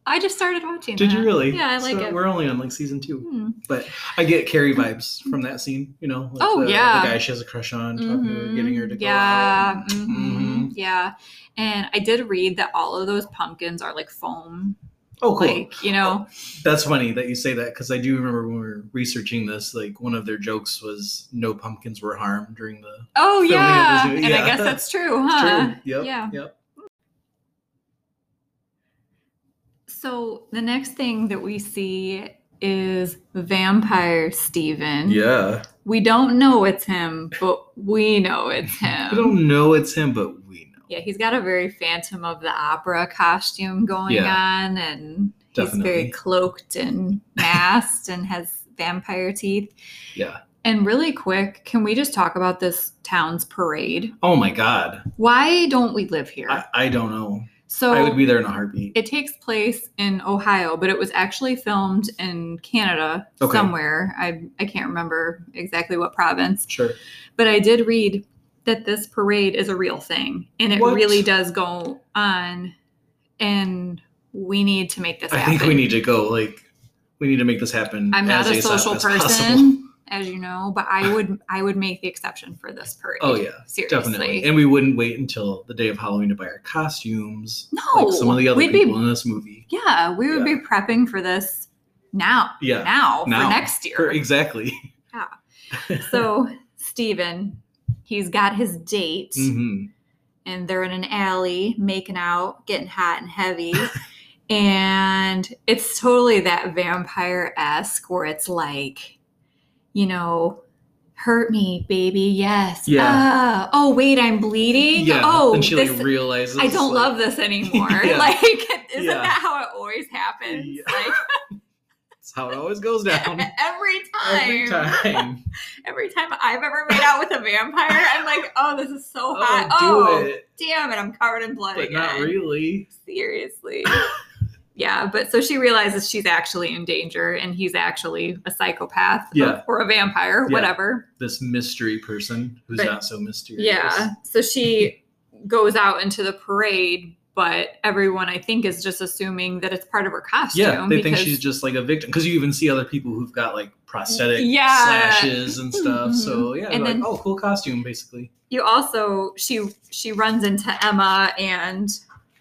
B: i just started watching
A: Did you
B: that.
A: really?
B: yeah i like
A: so
B: it
A: We're only on like season two,
B: Hmm.
A: but I get Carrie vibes from that scene. You know, with
B: Oh,
A: the,
B: yeah.
A: the guy she has a crush on, talking to her,
B: Mhm.
A: getting her to go
B: yeah,
A: out.
B: mhm,
A: Mhm.
B: yeah, and I did read that all of those pumpkins are like foam,
A: Oh, cool.
B: like you know,
A: That's funny that you say that because I do remember when we were researching this, like one of their jokes was no pumpkins were harmed during the.
B: Oh
A: filming of
B: yeah.
A: this
B: and
A: movie.
B: I
A: Yeah.
B: guess that's true,
A: It's
B: huh?
A: True. Yep.
B: Yeah.
A: Yep.
B: So the next thing that we see is vampire Steven.
A: Yeah.
B: We don't know it's him, but we know
A: [LAUGHS]
B: it's
A: I
B: him.
A: don't know it's him, but we know.
B: Yeah, he's got a very Phantom of the Opera costume going
A: Yeah.
B: on and he's very
A: Definitely.
B: cloaked and masked and has vampire teeth.
A: Yeah.
B: And really quick, can we just talk about this town's parade?
A: Oh my god.
B: Why don't we live here?
A: I, I don't know.
B: so
A: I would be there in a heartbeat.
B: It takes place in Ohio, but it was actually filmed in Canada
A: Okay.
B: somewhere. I, I can't remember exactly what province,
A: Sure.
B: but I did read that this parade is a real thing and it
A: What?
B: really does go on. And we need to make this
A: I
B: happen.
A: think we need to go like we need to make this happen.
B: I'm not
A: as
B: a
A: ASAP
B: social
A: as
B: [LAUGHS] person.
A: possible.
B: as you know, but I would I would make the exception for this parade.
A: Oh, yeah,
B: seriously.
A: Definitely. And we wouldn't wait until the day of Halloween to buy our costumes.
B: no,
A: like some of the other
B: we'd
A: people
B: Be,
A: in this movie.
B: yeah, we would be prepping for this now.
A: Yeah.
B: Now,
A: now.
B: for next year.
A: For- exactly.
B: so Steven, he's got his date
A: hmm
B: and they're in an alley making out, getting hot and heavy. [LAUGHS] and it's totally that vampire esque where it's like, you know, hurt me, baby. Yes.
A: Yeah.
B: Ah. oh, wait, I'm bleeding.
A: Yeah.
B: Oh,
A: and she
B: this,
A: like realizes.
B: I don't
A: like-
B: love this anymore.
A: [LAUGHS] Yeah.
B: [LAUGHS] Like, isn't
A: Yeah.
B: that how it always happens?
A: Yeah. [LAUGHS]
B: Like,
A: That's how it always
B: [LAUGHS]
A: goes down.
B: every time.
A: Every
B: [LAUGHS]
A: time.
B: Every time I've ever made out with a vampire, I'm like, oh, this is so hot.
A: Oh, do it.
B: damn it, I'm covered in blood
A: But
B: again.
A: not really. [LAUGHS]
B: Seriously. yeah, but so she realizes she's actually in danger and he's actually a psychopath or-
A: Yeah.
B: or, a vampire,
A: Yeah.
B: whatever.
A: This mystery person who's
B: But-
A: not so mysterious.
B: Yeah. So she goes out into the parade, but everyone I think is just assuming that it's part of her costume.
A: Yeah, they think
B: because-
A: she's just like a victim because you even see other people who've got like prosthetic
B: Yeah. Mm-hmm.
A: slashes and stuff. So yeah,
B: And
A: they're
B: then-
A: like, oh, cool costume, basically.
B: you also she she runs into Emma and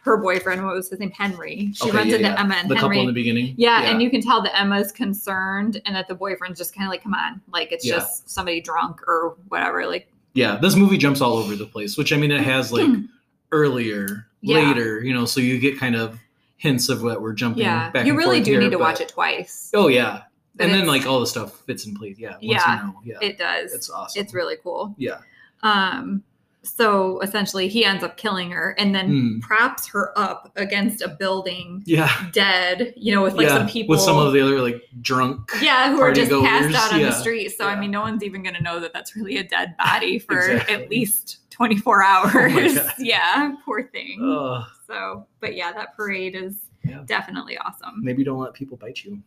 B: her boyfriend, what was his name? Henry. She
A: Okay,
B: runs
A: yeah,
B: into
A: yeah.
B: Emma and
A: The
B: Henry.
A: couple in the beginning.
B: Yeah, and you can tell that Emma's concerned and that the boyfriend's just kind of like, come on, like it's
A: Yeah.
B: just somebody drunk or whatever. Like,
A: yeah, this movie jumps all over the place, which I mean, it has like earlier,
B: Hmm. Yeah.
A: later, you know, so you get kind of hints of what we're jumping.
B: yeah,
A: back
B: you
A: and
B: really
A: forth
B: do
A: here,
B: need to
A: but-
B: watch it twice.
A: Oh yeah,
B: But
A: and then
B: it's-
A: like all the stuff fits in place. Yeah, once you
B: Yeah,
A: know, yeah,
B: it does.
A: it's
B: It's,
A: awesome.
B: really cool.
A: yeah,
B: Um, so essentially, he ends up killing her and then
A: Mm.
B: props her up against a building,
A: yeah,
B: dead. You know, with like
A: yeah.
B: some people
A: with some of the other like drunk.
B: yeah who are
A: party
B: just passed
A: goers,
B: out on
A: yeah,
B: the street. So
A: yeah.
B: I mean, no one's even going to know that that's really a dead
A: [LAUGHS]
B: body for
A: Exactly. Oh
B: at least twenty four [LAUGHS] hours.
A: God.
B: yeah, poor thing.
A: Ugh.
B: So, but yeah, that parade is
A: Yeah.
B: definitely awesome.
A: maybe don't let people bite you. Hmm.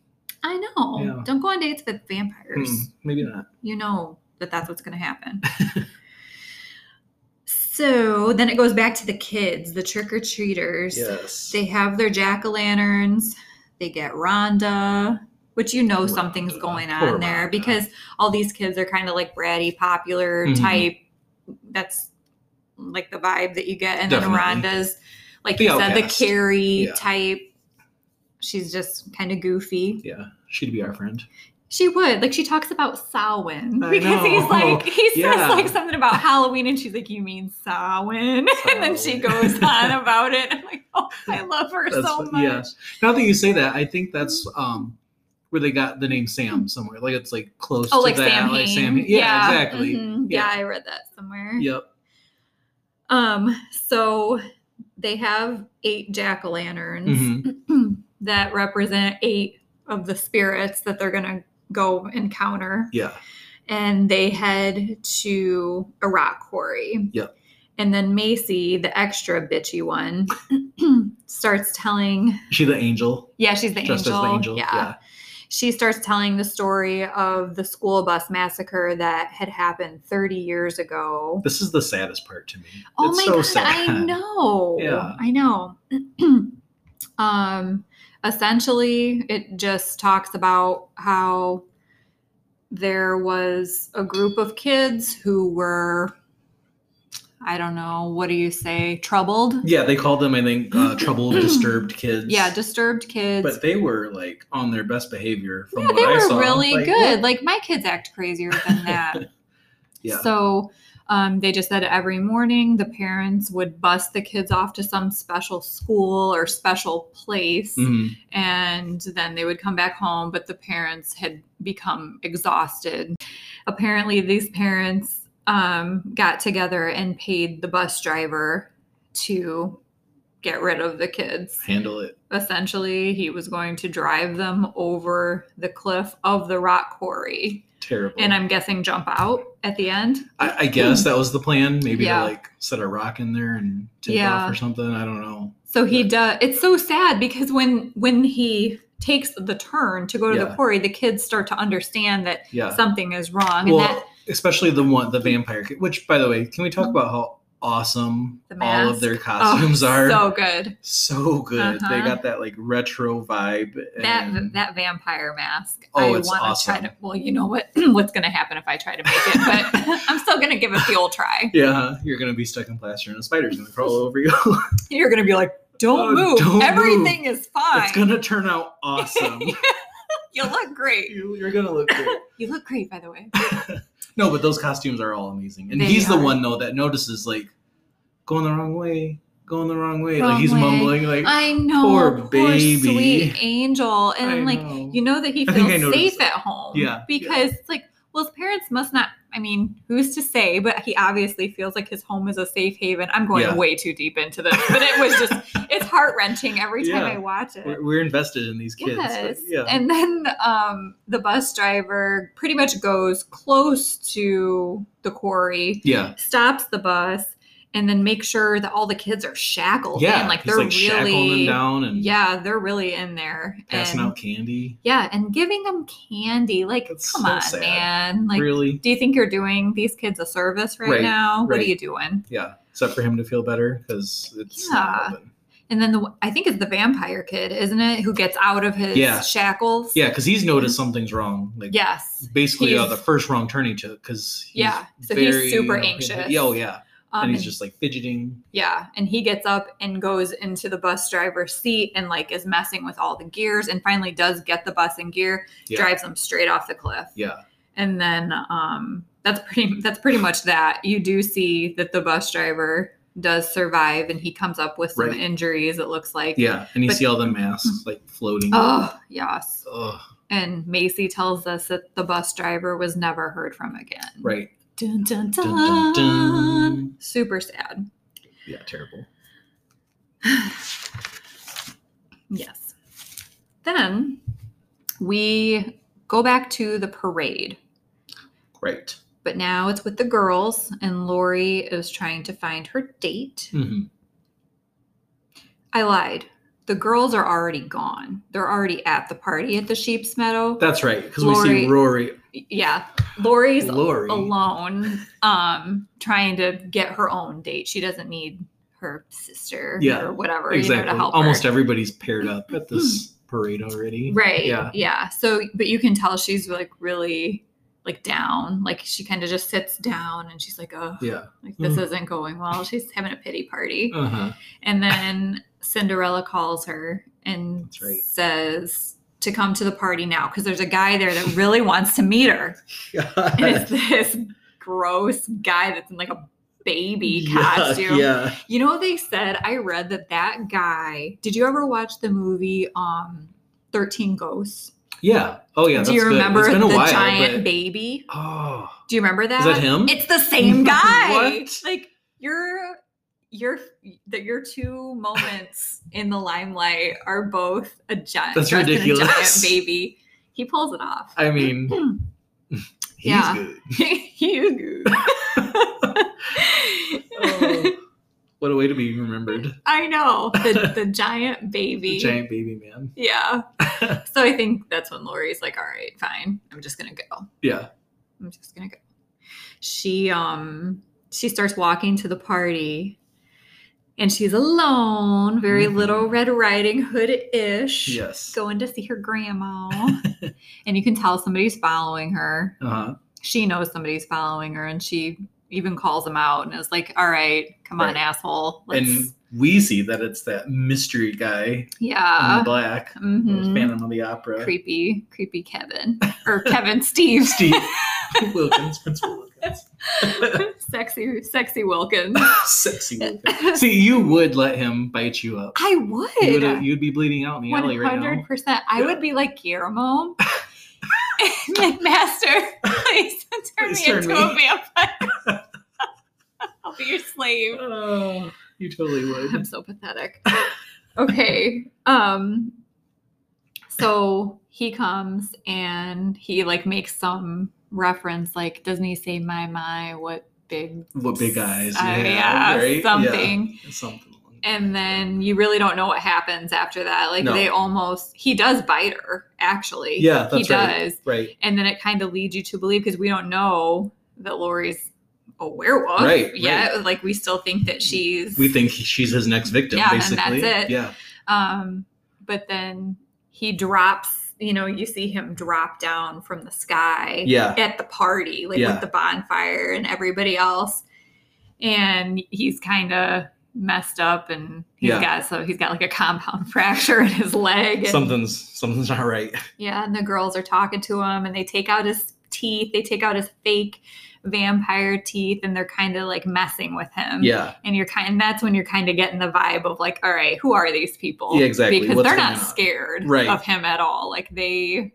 B: I know.
A: Yeah.
B: Don't go on dates with vampires.
A: Mm, maybe not.
B: You know that that's what's going to happen.
A: [LAUGHS]
B: so then it goes back to the kids, the trick or treaters.
A: Yes.
B: They have their jack o' lanterns. They get Rhonda, which you know something's
A: Rhonda.
B: going on
A: Poor
B: there
A: Rhonda.
B: because all these kids are kind of like bratty, popular
A: Mhm.
B: type. That's like the vibe that you get. And
A: Definitely.
B: then Rhonda's, like
A: The
B: you said, the
A: outcast.
B: Carrie
A: Yeah.
B: type. She's just kind of goofy.
A: yeah, she'd be our friend.
B: She would like she talks about Samhain
A: I
B: because he's
A: know. [LAUGHS]
B: like he
A: Yeah.
B: says like something about Halloween and she's like you mean Samhain [LAUGHS] and then
A: Samhain.
B: she goes
A: [LAUGHS]
B: on about it. I'm like oh I love her
A: That's
B: so
A: fu-
B: much.
A: yeah. Now that you say that, I think that's um where they got the name Sam somewhere. Like it's like close
B: Oh,
A: to
B: like
A: that.
B: Sam
A: like
B: Hain. Mm-hmm.
A: Sam. Hain. Yeah, exactly.
B: mhm.
A: Yeah.
B: Yeah. I read that somewhere.
A: Yep.
B: Um, so they have eight jack o' lanterns
A: Mm-hmm.
B: that represent eight of the spirits that they're gonna go encounter.
A: Yeah.
B: and they head to a rock quarry.
A: Yep.
B: And then Macy, the extra bitchy one, [CLEARS THROAT] starts telling.
A: She the angel.
B: Yeah, she's the
A: Just
B: angel.
A: as the angel. Yeah.
B: She starts telling the story of the school bus massacre that had happened 30 years ago.
A: This is the saddest part to me.
B: Oh
A: it's
B: my
A: so
B: god,
A: sad. [LAUGHS]
B: I know.
A: Yeah.
B: I know. [CLEARS THROAT] um essentially it just talks about how there was a group of kids who were I don't know, what do you say, troubled?
A: Yeah, they called them I think
B: [LAUGHS]
A: uh, troubled, disturbed kids.
B: Yeah, disturbed kids.
A: but they were like on their best behavior from
B: yeah,
A: what
B: they
A: I
B: were
A: saw.
B: really
A: Like,
B: good. Like my kids act crazier
A: [LAUGHS]
B: than that.
A: Yeah.
B: So um, they just said every morning the parents would bus the kids off to some special school or special place,
A: Mhm.
B: and then they would come back home. But the parents had become exhausted. Apparently, these parents um, got together and paid the bus driver to get rid of the kids
A: Handle it.
B: essentially he was going to drive them over the cliff of the rock quarry
A: Terrible.
B: and i'm guessing jump out at the end
A: I, I guess that was the plan. Maybe
B: Yeah.
A: to like set a rock in there and take
B: Yeah.
A: off or something. I don't know.
B: so he does it's so sad because when when he takes the turn to go to
A: Yeah.
B: the quarry the kids start to understand that
A: Yeah.
B: something is wrong
A: well,
B: and that
A: especially the one, the vampire, kid, which by the way, can we talk about how awesome
B: The
A: all of
B: mask.
A: their costumes
B: oh,
A: are.
B: so good.
A: so good. They
B: Uh-huh.
A: got that like retro vibe.
B: That
A: and-
B: that vampire mask.
A: Oh,
B: I
A: it's
B: wanna
A: awesome.
B: try to. Well, you know what? [CLEARS THROAT] what's going to happen if I try to make it?
A: [LAUGHS]
B: But I'm still going to give it the old try.
A: yeah, you're gonna be stuck in plaster and a spider's gonna crawl over you.
B: You're going to be like, "Don't
A: Oh,
B: move.
A: don't move.
B: Everything is fine.
A: it's gonna turn [LAUGHS] out awesome.
B: you look great.
A: you, you're gonna look great.
B: You look great, by the way."
A: No, but those costumes are all amazing, and
B: They
A: he's the
B: are.
A: one though that notices like going the wrong way, going the wrong way. like
B: Wrong
A: he's
B: way.
A: mumbling like
B: I know,
A: Poor
B: poor,
A: baby.
B: sweet angel, and
A: I
B: like
A: know.
B: you know that he
A: I
B: feels
A: think I noticed
B: safe
A: that.
B: at home.
A: Yeah, yeah.
B: because it's like, well, his parents must not. I mean, who's to say? But he obviously feels like his home is a safe haven. I'm going
A: Yeah.
B: way too deep into this, but it was just
A: [LAUGHS]
B: it's heart wrenching every time
A: Yeah.
B: I watch it.
A: we're, we're invested in these kids. but
B: Yes.
A: yeah.
B: And then um, the bus driver pretty much goes close to the quarry
A: yeah.
B: stops the bus and then make sure that all the kids are shackled
A: Yeah.
B: in. Like
A: he's
B: they're
A: like shackling them
B: really
A: down and
B: Yeah, they're really in there.
A: passing
B: and,
A: out candy.
B: Yeah, and giving them candy. Like
A: That's
B: come
A: so
B: on,
A: sad.
B: man. Like
A: really?
B: do you think you're doing these kids a service right,
A: Right,
B: now? What are
A: right.
B: you doing?
A: Yeah. Except for him to feel better because it's not
B: Yeah.
A: helping.
B: And then the I think it's the vampire kid, isn't it, who gets out of his
A: Yeah.
B: shackles?
A: Yeah, because he's noticed something's wrong. Like
B: Yes.
A: basically uh,
B: He's-
A: the first wrong turn he took because
B: Yeah, so he's super anxious.
A: Yeah, oh yeah,
B: Um,
A: and he's
B: and-
A: just like fidgeting.
B: Yeah, and he gets up and goes into the bus driver's seat and like is messing with all the gears and finally does get the bus in gear,
A: Yeah.
B: drives him straight off the cliff.
A: Yeah.
B: And then um that's pretty that's pretty much that. You do see that the bus driver does survive and he comes up with some
A: Right.
B: injuries it looks like.
A: Yeah, and you
B: But- Mm-hmm.
A: see all the masks like floating.
B: Oh, yes.
A: Ugh,
B: And Macy tells us that the bus driver was never heard from again.
A: right.
B: Dun, dun, dun.
A: dun, dun.
B: Super sad.
A: Yeah, terrible.
B: Yes. Then we go back to the parade,
A: Right.
B: but now it's with the girls, and Lori is trying to find her date.
A: Mhm.
B: I lied. The girls are already gone. They're already at the party at the Sheep's Meadow.
A: That's right. Because we see
B: Lori-
A: Rory.
B: Yeah. Lori's
A: Lori.
B: alone, um, trying to get her own date. She doesn't need her sister
A: Yeah,
B: or whatever you know,
A: Exactly.
B: to help
A: Almost
B: her. Mm-hmm.
A: everybody's paired up at this parade already.
B: Right.
A: Yeah.
B: Yeah. So, but you can tell she's like really like down. Like she kind of just sits down and she's like, oh,
A: Yeah.
B: like this
A: Mm.
B: isn't going well. She's having a pity party.
A: Uh huh.
B: And then Cinderella calls her and
A: That's right.
B: says to come to the party now because there's a guy there that really wants to
A: [LAUGHS]
B: meet her. And
A: Yeah.
B: it's this gross guy that's in like a baby
A: [LAUGHS] yeah,
B: costume.
A: yeah.
B: You know what they said? I read that that guy. Did you ever watch the movie um 13 Ghosts?
A: Yeah. Oh yeah.
B: Do you
A: that's good.
B: remember
A: It's been
B: the
A: a while,
B: giant
A: but-
B: baby?
A: Oh,
B: Do you remember that?
A: is that him?
B: It's
A: [LAUGHS]
B: the same guy.
A: What?
B: Like your your that your two moments in the limelight are both a giant
A: That's
B: dressed in a
A: ridiculous.
B: giant baby. He pulls
A: [LAUGHS]
B: it off. [LAUGHS]
A: I mean, [LAUGHS] he's
B: Hmm. Yeah.
A: good. [LAUGHS]
B: You-
A: Oh, [LAUGHS] what a way to be remembered.
B: I know.
A: [LAUGHS]
B: The the giant baby.
A: The giant baby man. [LAUGHS]
B: Yeah. so I think that's when Lori's like, all right, fine. I'm just gonna go.
A: Yeah.
B: I'm just gonna go. She um she starts walking to the party and she's alone, very
A: Mhm.
B: little Red Riding Hood-ish.
A: Yes.
B: Going to see
A: [LAUGHS]
B: her grandma. and you can tell somebody's following her.
A: Uh-huh.
B: She knows somebody's following her and she even calls them out and is like, All right, come
A: Right.
B: on, asshole. Let's
A: And we see that it's that mystery guy in
B: Yeah.
A: black,
B: Mhm.
A: Phantom of the Opera.
B: Creepy, creepy Kevin. Or Kevin
A: [LAUGHS]
B: Steve. [LAUGHS]
A: Steve Wilkins, Principal Wilkins.
B: sexy,
A: [LAUGHS]
B: sexy Wilkins. [LAUGHS]
A: Sexy Wilkins. See, you would let him bite you up.
B: I
A: You
B: would.
A: would, you'd be bleeding out in the alley right now.
B: 100%. I would be like
A: [LAUGHS]
B: Guillermo. like, Master, please turn
A: Please
B: me
A: turn
B: into
A: me."
B: a vampire.
A: [LAUGHS]
B: I'll be your slave.
A: Oh, you totally
B: I'm
A: would.
B: so
A: [LAUGHS]
B: pathetic. Okay. Um so he comes and he like makes some reference like doesn't he say my my what big
A: What big eyes.
B: uh,
A: yeah,
B: yeah,
A: right? Yeah,
B: something
A: something. along
B: and
A: that.
B: then you really don't know what happens after that. Like
A: No.
B: they almost he does bite her actually.
A: Yeah, that's
B: he
A: right.
B: does,
A: Right.
B: and then it kind of leads you to believe because we don't know that Lori's a werewolf
A: Right,
B: yet. Like we still think that she's
A: We think he- she's his next victim,
B: Yeah, and that's
A: basically.
B: it.
A: Yeah.
B: um but then he drops, you know, you see him drop down from the sky
A: Yeah.
B: at the party, like
A: Yeah.
B: with the bonfire and everybody else. And he's kind of messed up and he's
A: Yeah.
B: got so he's got like a compound [LAUGHS] fracture in his leg. And,
A: Something's something's not right.
B: Yeah, and the girls are talking to him and they take out his teeth, they take out his fake vampire teeth and they're kind of like messing with him.
A: Yeah.
B: And you're kind and that's when you're kind of getting the vibe of like, all right, who are these people?
A: Yeah, exactly.
B: Because
A: What's
B: they're
A: going
B: not
A: on?
B: scared
A: Right.
B: of him at all. Like they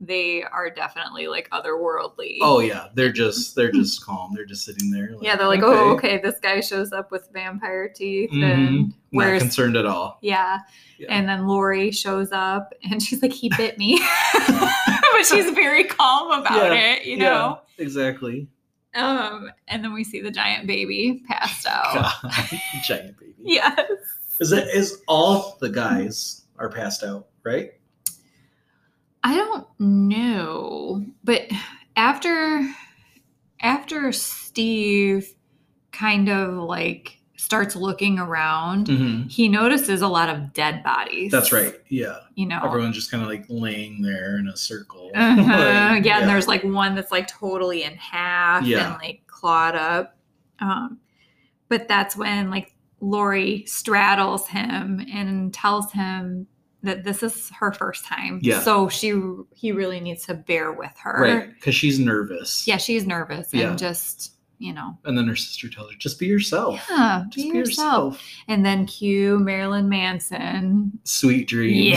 B: they are definitely like otherworldly.
A: Oh yeah. They're just they're just calm. They're just sitting there.
B: Yeah, they're like, oh, okay, this guy shows up with vampire teeth
A: Mhm.
B: and
A: Not
B: where's
A: concerned at all.
B: yeah.
A: Yeah.
B: And then Lori shows up and [LAUGHS] she's like, he
A: [LAUGHS]
B: bit me. but she's very calm about
A: Yeah,
B: it, you know?
A: Yeah, exactly.
B: Um, and then we see the giant baby passed out.
A: Oh. [LAUGHS] Giant baby.
B: Yes.
A: Is that is all the guys are passed out, right?
B: I don't know, but after after Steve kind of like starts looking around,
A: Mm-hmm.
B: he notices a lot of dead bodies.
A: That's right. Yeah.
B: You know.
A: Everyone's just kind of like laying there in a circle.
B: Uh-huh.
A: [LAUGHS] Like,
B: yeah, and there's like one that's like totally in half
A: Yeah.
B: and like clawed up. Um, but that's when like Lori straddles him and tells him that this is her first time.
A: Yeah.
B: So she he really needs to bear with her.
A: right because she's nervous.
B: Yeah, she's nervous and
A: Yeah.
B: just you know.
A: And then her sister tells her, "Just be yourself.
B: Yeah,
A: Oh, Just
B: be yourself. And then cue Marilyn Manson.
A: Sweet dreams.
B: Yeah.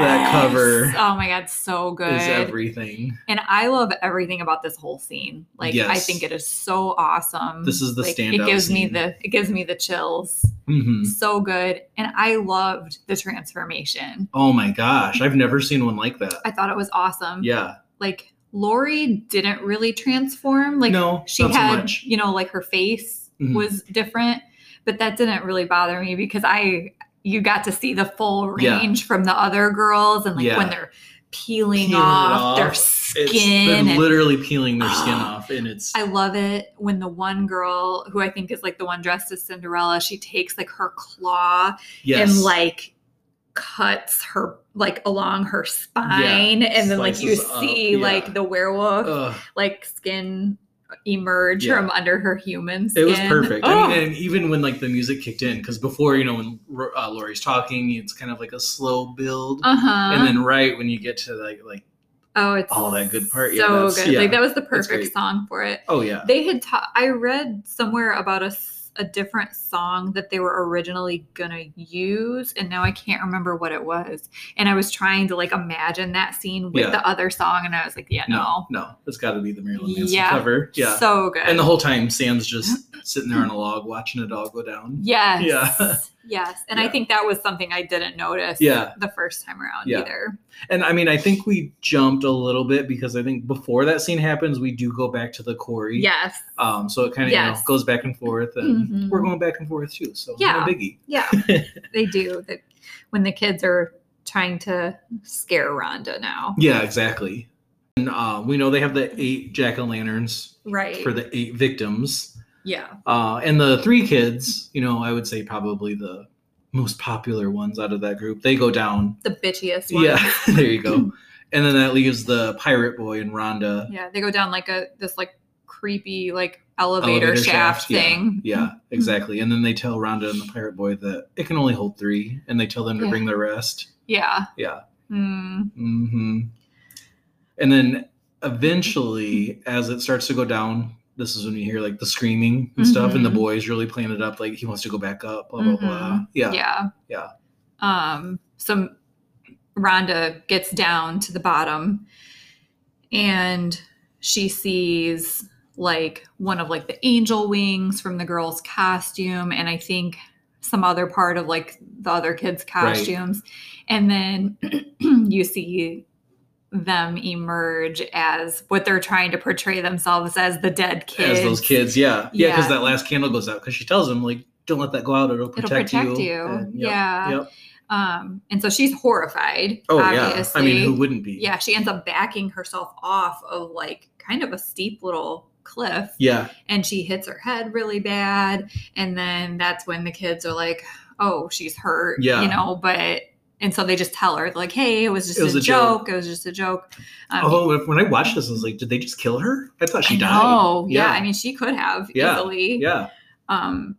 A: That cover
B: Oh my god, so good.
A: is everything.
B: And I love everything about this whole scene. Like I
A: Yes.
B: think it is so awesome.
A: This is the
B: like, It
A: standout
B: gives me
A: scene.
B: the it gives me the chills.
A: hmm
B: So good. And I loved the transformation.
A: Oh my gosh, I've never seen one like that.
B: I thought it was awesome.
A: Yeah.
B: Like Lori didn't really transform. Like
A: no,
B: she
A: not so
B: had
A: much.
B: you know like her face
A: Mhm.
B: was different, but that didn't really bother me because I you got to see the full
A: Yeah.
B: range from the other girls and like
A: Yeah.
B: when they're
A: Peeling
B: peeling,
A: it
B: off, their
A: off.
B: skin
A: It's, they're
B: and
A: literally peeling their
B: [GASPS]
A: skin
B: Ah.
A: off, and it's
B: I love it when the one girl who I think is like the one dressed as Cinderella, she takes like her claw
A: yes,
B: and like cuts her like along her spine and then like you
A: slices up,
B: see
A: yeah.
B: like the werewolf
A: Ugh.
B: like skin emerge
A: Yeah.
B: from under her human skin.
A: It was perfect.
B: Oh,
A: I mean, and even when like the music kicked in, because before you know when Ro- uh, Lori's talking, it's kind of like a slow build,
B: uh-huh.
A: and then right when you get to like like
B: oh, it's
A: all that good part,
B: So
A: yeah, that's-
B: good.
A: yeah,
B: like that was the
A: great.
B: perfect song for it.
A: oh yeah,
B: They had ta- I read somewhere about a, s- a different song that they were originally gonna use, and now I can't remember what it was. And I was trying to like imagine that scene with
A: Yeah.
B: the other song, and I was like, yeah,
A: no
B: no,
A: no, it's got to be the Marilyn Manson
B: Yeah.
A: cover, yeah.
B: so good.
A: and the whole time Sam's just
B: [LAUGHS]
A: sitting there on a log watching it all go down.
B: yes,
A: Yeah.
B: [LAUGHS] yes. And I
A: Yeah.
B: think that was something I didn't notice.
A: Yeah.
B: the first time around
A: Yeah.
B: either.
A: And I mean, I think we jumped a little bit because I think before that scene happens, we do go back to the quarry.
B: Yes.
A: Um, so it kind of you know,
B: Yes.
A: goes back and forth, and
B: Mhm.
A: we're going back and forth too. So no
B: Yeah.
A: biggie.
B: Yeah,
A: [LAUGHS]
B: they do. That when the kids are trying to scare Rhonda now,
A: Yeah, exactly. And uh, we know they have the eight jack o' lanterns
B: right?
A: for the eight victims,
B: yeah,
A: uh, and the three kids. You know, I would say probably the most popular ones out of that group. They go down.
B: the bitchiest one.
A: Yeah, [LAUGHS] there you go. And then that leaves the pirate boy and Rhonda.
B: Yeah, they go down like a this like creepy like elevator,
A: Elevator
B: shaft,
A: shaft, yeah,
B: thing. Mm-hmm.
A: Yeah, exactly. And then they tell Rhonda and the pirate boy that it can only hold three, and they tell them to
B: Yeah.
A: bring the rest.
B: [LAUGHS] Yeah.
A: Yeah.
B: Mm,
A: hmm And then eventually, as it starts to go down, this is when you hear like the screaming and stuff, and the
B: Mhm.
A: boys really playing it up. Like he wants to go back up, blah blah blah. Yeah,
B: Mm-hmm. yeah. Yeah.
A: Yeah.
B: Um. So Rhonda gets down to the bottom, and she sees like one of like the angel wings from the girl's costume, and I think some other part of like the other kids'
A: Right.
B: costumes, and then [CLEARS THROAT] you see them emerge as what they're trying to portray themselves as the dead kids.
A: as those kids, yeah, yeah, because
B: Yeah.
A: that last candle goes out because she tells him like, "Don't let that go out; it'll
B: It'll
A: protect,
B: protect, you.
A: And, yep,
B: Yeah.
A: Yep.
B: Um, and so she's horrified.
A: Oh yeah. I
B: obviously.
A: mean, who wouldn't be?
B: yeah, she ends up backing herself off of like kind of a steep little cliff
A: Yeah.
B: and she hits her head really bad. And then that's when the kids are like, oh, she's hurt,
A: Yeah.
B: you know, but. And so they just tell her, like, hey, it was just
A: It was
B: a,
A: a joke.
B: joke. It was just a joke. Um,
A: Although when I watched this, I was like, did they just kill her? I thought she died.
B: Oh, yeah.
A: Yeah.
B: I mean, she could have
A: Yeah.
B: easily.
A: Yeah.
B: Um,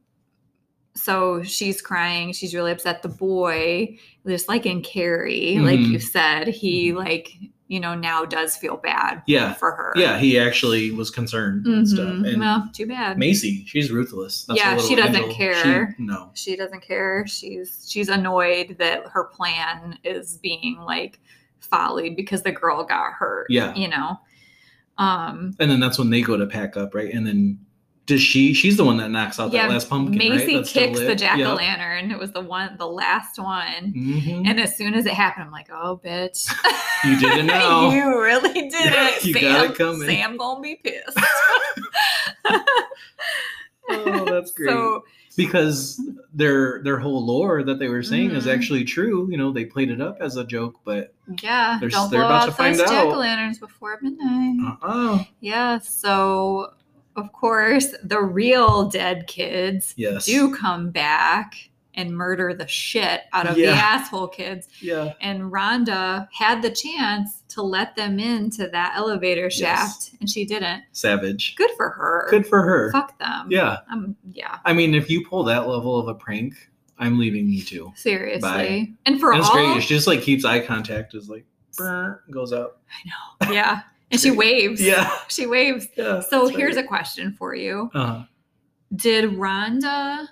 B: so she's crying. She's really upset. The boy, just like in Carrie, like
A: Mhm.
B: you said,
A: Mm-hmm.
B: he like you know now does feel bad
A: Yeah.
B: for her.
A: Yeah. He actually was concerned
B: Mhm.
A: and stuff. And
B: well, too bad.
A: Macy, she's ruthless. That's a
B: Yeah,
A: little
B: she doesn't
A: angel. She-
B: care.
A: no.
B: she doesn't care. She's she's annoyed that her plan is being like followed because the girl got hurt.
A: Yeah.
B: You know. Um
A: And then that's when they go to pack up, right? And then does she? She's the one that knocks out
B: Yeah,
A: that last pumpkin.
B: Macy
A: right?
B: kicks the jack o' lantern. It was the one, the last one.
A: hmm
B: And as soon as it happened, I'm like, "Oh, bitch,
A: You
B: [LAUGHS]
A: didn't know.
B: you really did it.
A: You
B: Sam,
A: got it coming.
B: Sam gonna be pissed."
A: [LAUGHS] oh, that's great.
B: [LAUGHS] So
A: because their their whole lore that they were saying is
B: Mhm.
A: actually true. You know, they played it up as a joke, but
B: yeah,
A: They're-
B: don't
A: they're
B: blow
A: about to
B: out
A: find
B: those jack
A: out.
B: o' lanterns before midnight.
A: uh-uh.
B: Yeah, so of course, the real dead kids
A: yes,
B: do come back and murder the shit out of
A: Yeah.
B: the asshole kids.
A: yeah,
B: And Rhonda had the chance to let them into that elevator
A: Yes.
B: shaft, and she didn't.
A: savage.
B: Good for her.
A: Good for her.
B: Fuck them.
A: Yeah,
B: Um, yeah.
A: I mean, if you pull that level of a prank, I'm leaving you too.
B: Seriously.
A: Bye.
B: And for
A: And it's
B: all
A: great. She just like keeps eye contact. Is like brr, goes
B: [LAUGHS]
A: up.
B: I know. Yeah. And she waves.
A: Yeah,
B: She waves.
A: yeah.
B: So here's a question for you.
A: a uh,
B: did Rhonda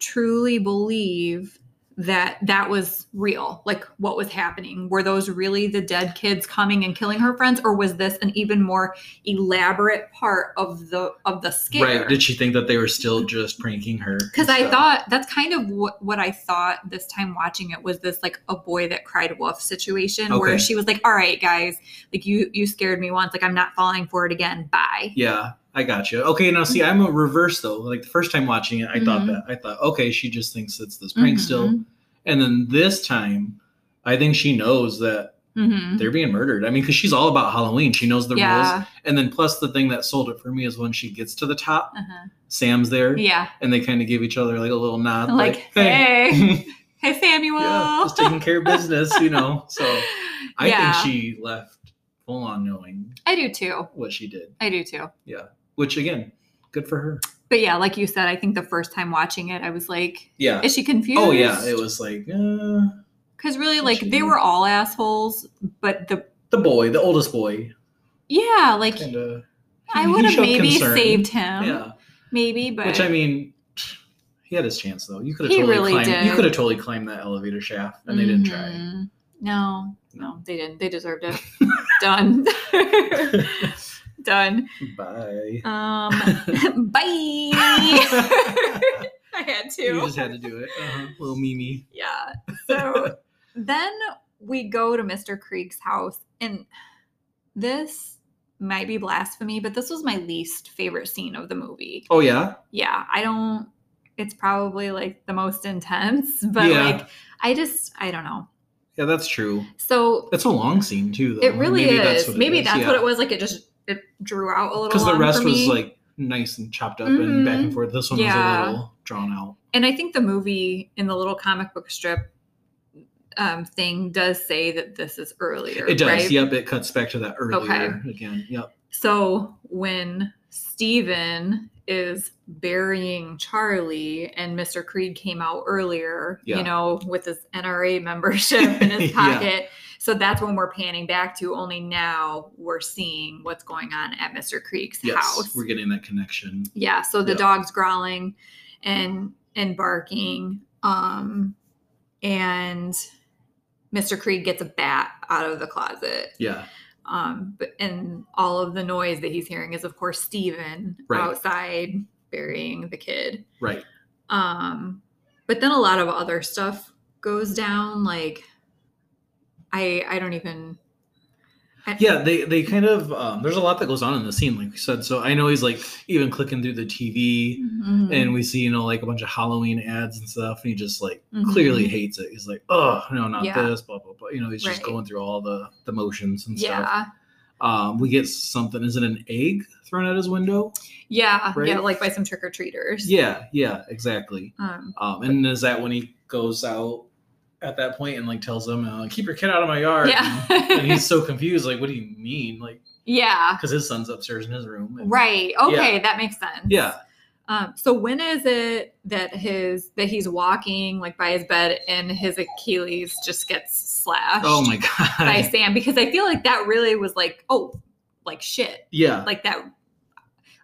B: truly believe that that was real? Like what was happening? Were those really the dead kids coming and killing her friends or was this an even more elaborate part of the of the scare?
A: right. Did she think that they were still just pranking her? and
B: because I
A: stuff?
B: thought that's kind of what, what I thought this time watching it was this like a boy that cried wolf situation where
A: Okay.
B: she was like, "All right, guys, like you you scared me once, like I'm not falling for it again. Bye."
A: Yeah, I got you. Okay, now see, I'm a reverse though. Like the first time watching it, I thought
B: Mm-hmm.
A: that I thought, okay, she just thinks it's this prank still. And then this time, I think she knows that
B: Mm-hmm.
A: they're being murdered. I mean, because she's all about Halloween. She knows the rules.
B: Yeah.
A: And then plus the thing that sold it for me is when she gets to the top,
B: Uh-huh.
A: Sam's there,
B: Yeah.
A: and they kind of give each other [LAUGHS] like a little nod,
B: like, hey,
A: [LAUGHS]
B: hey,
A: hey.
B: Samuel.
A: yeah, just taking care of business, you know. So I
B: Yeah,
A: think she left full on knowing
B: I do too.
A: what she did,
B: I do too.
A: which again, good for her.
B: But yeah, like you said, I think the first time watching it, I was like,
A: Yeah.
B: is she confused?
A: Oh yeah, it was like uh,
B: Because really,
A: Is
B: like
A: she-
B: they were all assholes, but the
A: the boy, the oldest boy,
B: yeah, like
A: kind of.
B: I
A: he
B: would have
A: showed
B: maybe
A: concern.
B: saved him,
A: Yeah,
B: maybe, but
A: which I mean, he had his chance though. You could have
B: He
A: totally
B: really
A: climbed. You
B: did.
A: could have totally climbed that elevator shaft, and they didn't try.
B: Mhm. No, no, they didn't. They deserved it. Done. [LAUGHS] Done. [LAUGHS]
A: Bye. [LAUGHS]
B: Um, [LAUGHS] bye. I had to.
A: You just had to do it, uh-huh. little Mimi.
B: Yeah. So then we go to Mr. Krieg's house, and this might be blasphemy, but this was my least favorite scene of the movie.
A: Oh yeah,
B: Yeah, I don't. It's probably like the most intense, [LAUGHS] but
A: Yeah.
B: like I just I don't know.
A: yeah, that's true.
B: So
A: It's a long scene too. Though.
B: it really is. Maybe that's
A: yeah.
B: what it was. Like it just it drew out a little.
A: Because the
B: long
A: rest
B: for
A: was
B: me.
A: like nice and chopped up and back and
B: Mhm.
A: forth. This one
B: Yeah.
A: was a little drawn out.
B: and I think the movie in the little comic book strip um thing does say that this is earlier.
A: It does.
B: Right?
A: Yep, it cuts back to that earlier
B: Okay.
A: again. Yep.
B: So when Steven is burying Charlie and Mr. Creed came out earlier,
A: Yeah.
B: you know, with his NRA membership in
A: [LAUGHS]
B: his
A: Yeah.
B: pocket. So that's when we're panning back to only now we're seeing what's going on at Mr. Creek's
A: Yes,
B: house.
A: we're getting that connection.
B: Yeah, so the
A: Yeah.
B: dog's growling and and barking. Um and Mr. Creed gets a bat out of the closet
A: Yeah.
B: um but, and all of the noise that he's hearing is of course steven
A: Right.
B: outside burying the kid
A: Right.
B: um but then a lot of other stuff goes down like i i don't even I-
A: Yeah. They they kind of um, there's a lot that goes on in the scene, like we said. So I know he's like even clicking through the TV,
B: Mhm.
A: and we see you know like a bunch of Halloween ads and stuff, and he just like
B: Mm-hmm.
A: clearly hates it. He's like, oh no, not
B: Yeah.
A: this, blah blah blah. You know, he's just
B: Right.
A: going through all the the motions and stuff.
B: yeah
A: Um, we get something. Is it an egg thrown out his window?
B: Yeah,
A: Right?
B: yeah, like by some trick or treaters.
A: Yeah, yeah, exactly.
B: Um,
A: Um, and is that when he goes out at that point and like tells him, uh, "Keep your kid out of my yard"?
B: yeah.
A: And, [LAUGHS] and he's so confused. Like, what do you mean? Like,
B: yeah.
A: because his son's upstairs in his room. and-
B: Right. Okay, that makes sense.
A: Yeah.
B: Um, so when is it that his that he's walking like by his bed and his Achilles just gets slashed
A: Oh my
B: by
A: god.
B: Sam? Because I feel like that really was like, oh, like shit.
A: [LAUGHS] Yeah.
B: Like that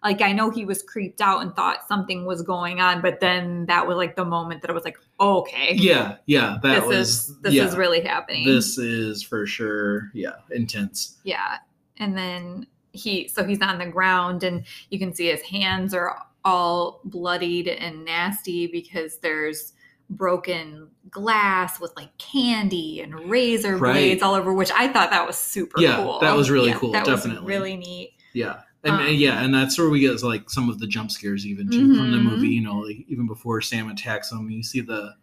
B: like I know he was creeped out and thought something was going on, but then that was like the moment that I was like, oh, okay.
A: Yeah. Yeah. That
B: this
A: was.
B: is this
A: yeah.
B: is really happening.
A: This is for sure. Yeah. Intense.
B: Yeah. And then he, so he's on the ground and you can see his hands are all bloodied and nasty because there's broken glass with like candy and razor
A: Right.
B: blades all over, which I thought that was super
A: Yeah,
B: cool.
A: that was really cool,
B: That
A: definitely.
B: was really neat.
A: Yeah. And,
B: Um,
A: and yeah, and that's where we get like some of the jump scares even too, from the
B: Mhm.
A: movie. You know, like, even before Sam attacks him, you see the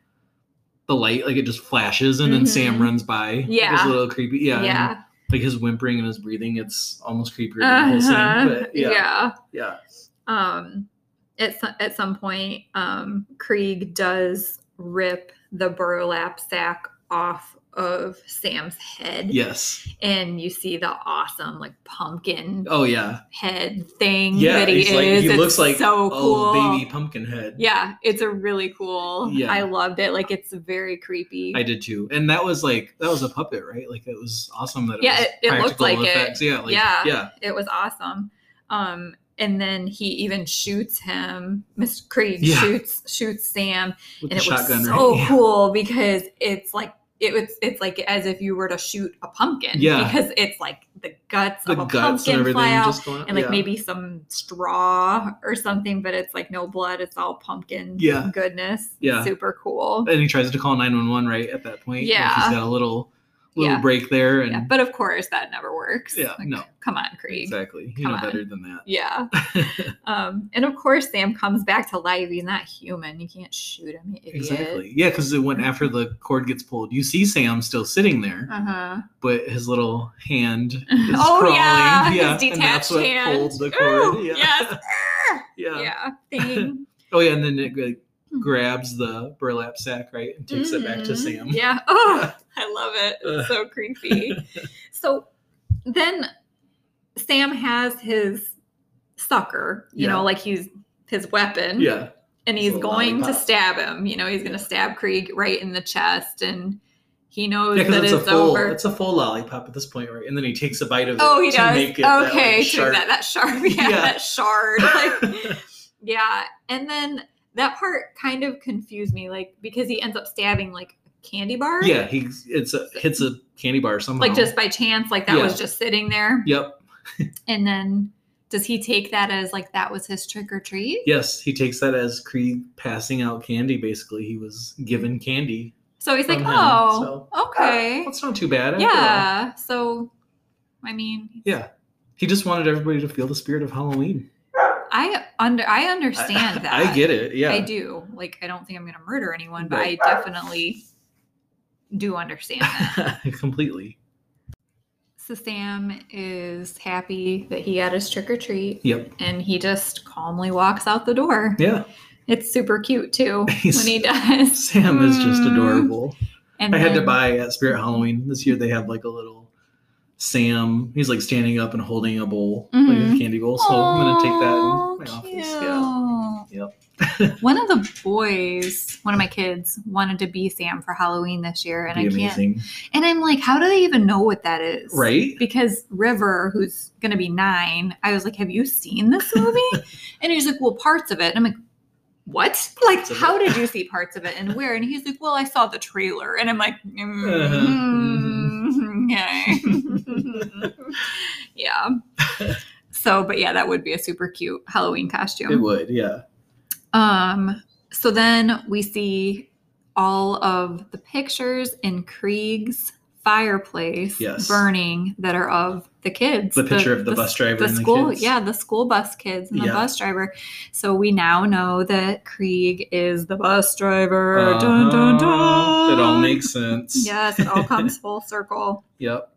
A: the light like it just flashes, and then Sam
B: Mhm.
A: runs by.
B: Yeah.
A: it's a little creepy. Yeah,
B: Yeah.
A: and,
B: Yeah.
A: like his whimpering and his breathing, it's almost creepier
B: [LAUGHS]
A: than the whole
B: Uh-huh.
A: scene. But yeah, yeah,
B: yeah. um at some, at some point um krieg does rip the burlap sack off of sam's head
A: yes.
B: and you see the awesome like pumpkin
A: Oh yeah,
B: head thing
A: yeah.
B: that he
A: he's
B: is
A: like he
B: It's
A: looks like
B: so cool
A: oh baby pumpkin head.
B: yeah it's a really cool
A: Yeah.
B: i loved it like it's very creepy
A: I did too, and that was like that was a puppet, right? Like it was awesome that it
B: Yeah,
A: was
B: it- it looked
A: practical
B: like it.
A: effects. Yeah, like,
B: Yeah.
A: yeah,
B: it was awesome um and then he even shoots him miss krieg
A: Yeah.
B: shoots shoots sam
A: with
B: and
A: the
B: it
A: shotgun.
B: was so
A: right? [LAUGHS] Yeah.
B: cool because it's like it was it's like as if you were to shoot a pumpkin
A: Yeah.
B: because it's like the guts
A: the
B: of a
A: guts and
B: pumpkin
A: everything
B: fly out
A: just going
B: and like
A: yeah.
B: maybe some straw or something but it's like no blood it's all pumpkin
A: Yeah.
B: goodness
A: Yeah.
B: super cool
A: and he tries to call 911 right at that point like,
B: Yeah.
A: he's got a little little
B: Yeah.
A: break there and
B: yeah but of course that never works
A: Yeah,
B: Like,
A: no.
B: come on Krieg
A: exactly you
B: Come
A: know
B: on.
A: better than that [LAUGHS]
B: yeah um and of course Sam comes back to life he's not human you can't shoot him you idiot
A: exactly yeah because it went after the cord gets pulled you see sam still sitting there
B: uh-huh
A: but his little hand is
B: [LAUGHS] Oh,
A: crawling
B: yeah, his
A: and that's
B: detached
A: what
B: hand.
A: pulled the cord
B: Ooh,
A: yeah.
B: yes
A: [LAUGHS] yeah
B: yeah Hmm. thing
A: oh yeah and then it like, grabs the burlap sack right and takes it back to
B: Mhm.
A: sam
B: Yeah.
A: [LAUGHS]
B: Oh, I love it. It's so creepy. so then Sam has his sucker, you
A: Yeah.
B: know, like he's his weapon.
A: yeah
B: And
A: his
B: he's
A: little
B: going to
A: lollipop.
B: stab him. You know, he's going to stab Krieg right in the chest. And he knows
A: Yeah, because
B: that
A: it's
B: it's,
A: a full,
B: over.
A: it's a full lollipop at this point, right? And then he takes a bite of it.
B: oh, he
A: to
B: does.
A: Make it that,
B: okay.
A: like,
B: so
A: sharp.
B: that, that sharp. [LAUGHS] Yeah,
A: Yeah. [LAUGHS]
B: That shard. Like, yeah. And then that part kind of confused me, like, because he ends up stabbing, like, a candy bar.
A: Yeah, he it's a, hits a candy bar somehow.
B: like just by chance like that
A: Yeah.
B: was just sitting there
A: Yep.
B: and then does he take that as like that was his trick or treat
A: Yes, he takes that as Creed passing out candy. Basically, he was given candy.
B: so he's like
A: From him,
B: oh okay
A: That's not too bad. after all."
B: yeah so i mean
A: Yeah. He just wanted everybody to feel the spirit of Halloween.
B: i under i
A: [LAUGHS]
B: understand
A: I,
B: that
A: I get it. Yeah.
B: i do like i don't think i'm gonna murder anyone but
A: Right.
B: i definitely do understand that
A: [LAUGHS] Completely.
B: so sam is happy that he got his trick or treat
A: Yep.
B: and he just calmly walks out the door
A: Yeah.
B: it's super cute too
A: [LAUGHS] He's-
B: when he does
A: Sam is just
B: Mm.
A: adorable.
B: And
A: [LAUGHS] I had to
B: then-
A: buy at Spirit Halloween this year. They have like a little Sam. He's like standing up and holding a bowl, like a
B: Mhm.
A: candy bowl. So I'm gonna take that in my
B: Aw,
A: office. Yeah.
B: cute.
A: [LAUGHS]
B: one of the boys, one of my kids, wanted to be Sam for Halloween this year, and
A: Be
B: I can't.
A: amazing,
B: And I'm like, how do they even know what that is?
A: right?
B: Because River, who's going to be nine, I was like, have you seen
A: [LAUGHS]
B: this movie? and he's like, well, parts of it. And I'm like, what? Like,
A: Parts of
B: how
A: it.
B: did you see parts of it and where? And he's like, well, I saw the trailer. And I'm like,
A: mhm.
B: mm,
A: Uh-huh.
B: okay.
A: Mm-hmm. [LAUGHS]
B: yeah. [LAUGHS] So, but yeah, that would be a super cute Halloween costume.
A: It would, yeah.
B: Um, so then we see all of the pictures in Krieg's fireplace
A: Yes.
B: burning that are of the kids.
A: The picture of the bus driver
B: The
A: and the
B: school,
A: kids.
B: yeah, the school bus kids and the
A: Yeah.
B: bus driver. So we now know that Krieg is the bus driver. Dun, dun,
A: Uh-huh.
B: dun.
A: It all makes sense. [LAUGHS]
B: Yes, it all comes full circle.
A: Yep.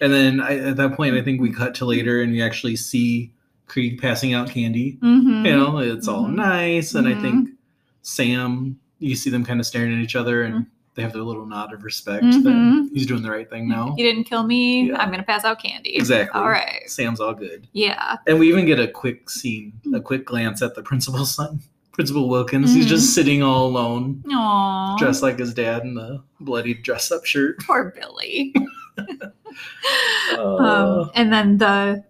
A: And then I, at that point, I think we cut to later and we actually see Krieg passing out candy.
B: Mm-hmm.
A: You know, it's all
B: Mhm.
A: nice. And I
B: Mhm.
A: think Sam, you see them kind of staring at each other
B: Mm-hmm.
A: and they have their little nod of respect that
B: Mhm.
A: he's doing the right thing now.
B: You didn't kill me.
A: Yeah.
B: I'm gonna pass out candy.
A: Exactly.
B: All right.
A: Sam's all good.
B: Yeah.
A: And we even get a quick scene, a quick glance at the principal's son, [LAUGHS] Principal Wilkins. He's
B: Mm-hmm.
A: just sitting all alone,
B: Aww.
A: dressed like his dad in the bloody dress up shirt.
B: poor Billy.
A: Uh, Oh.
B: um, and then the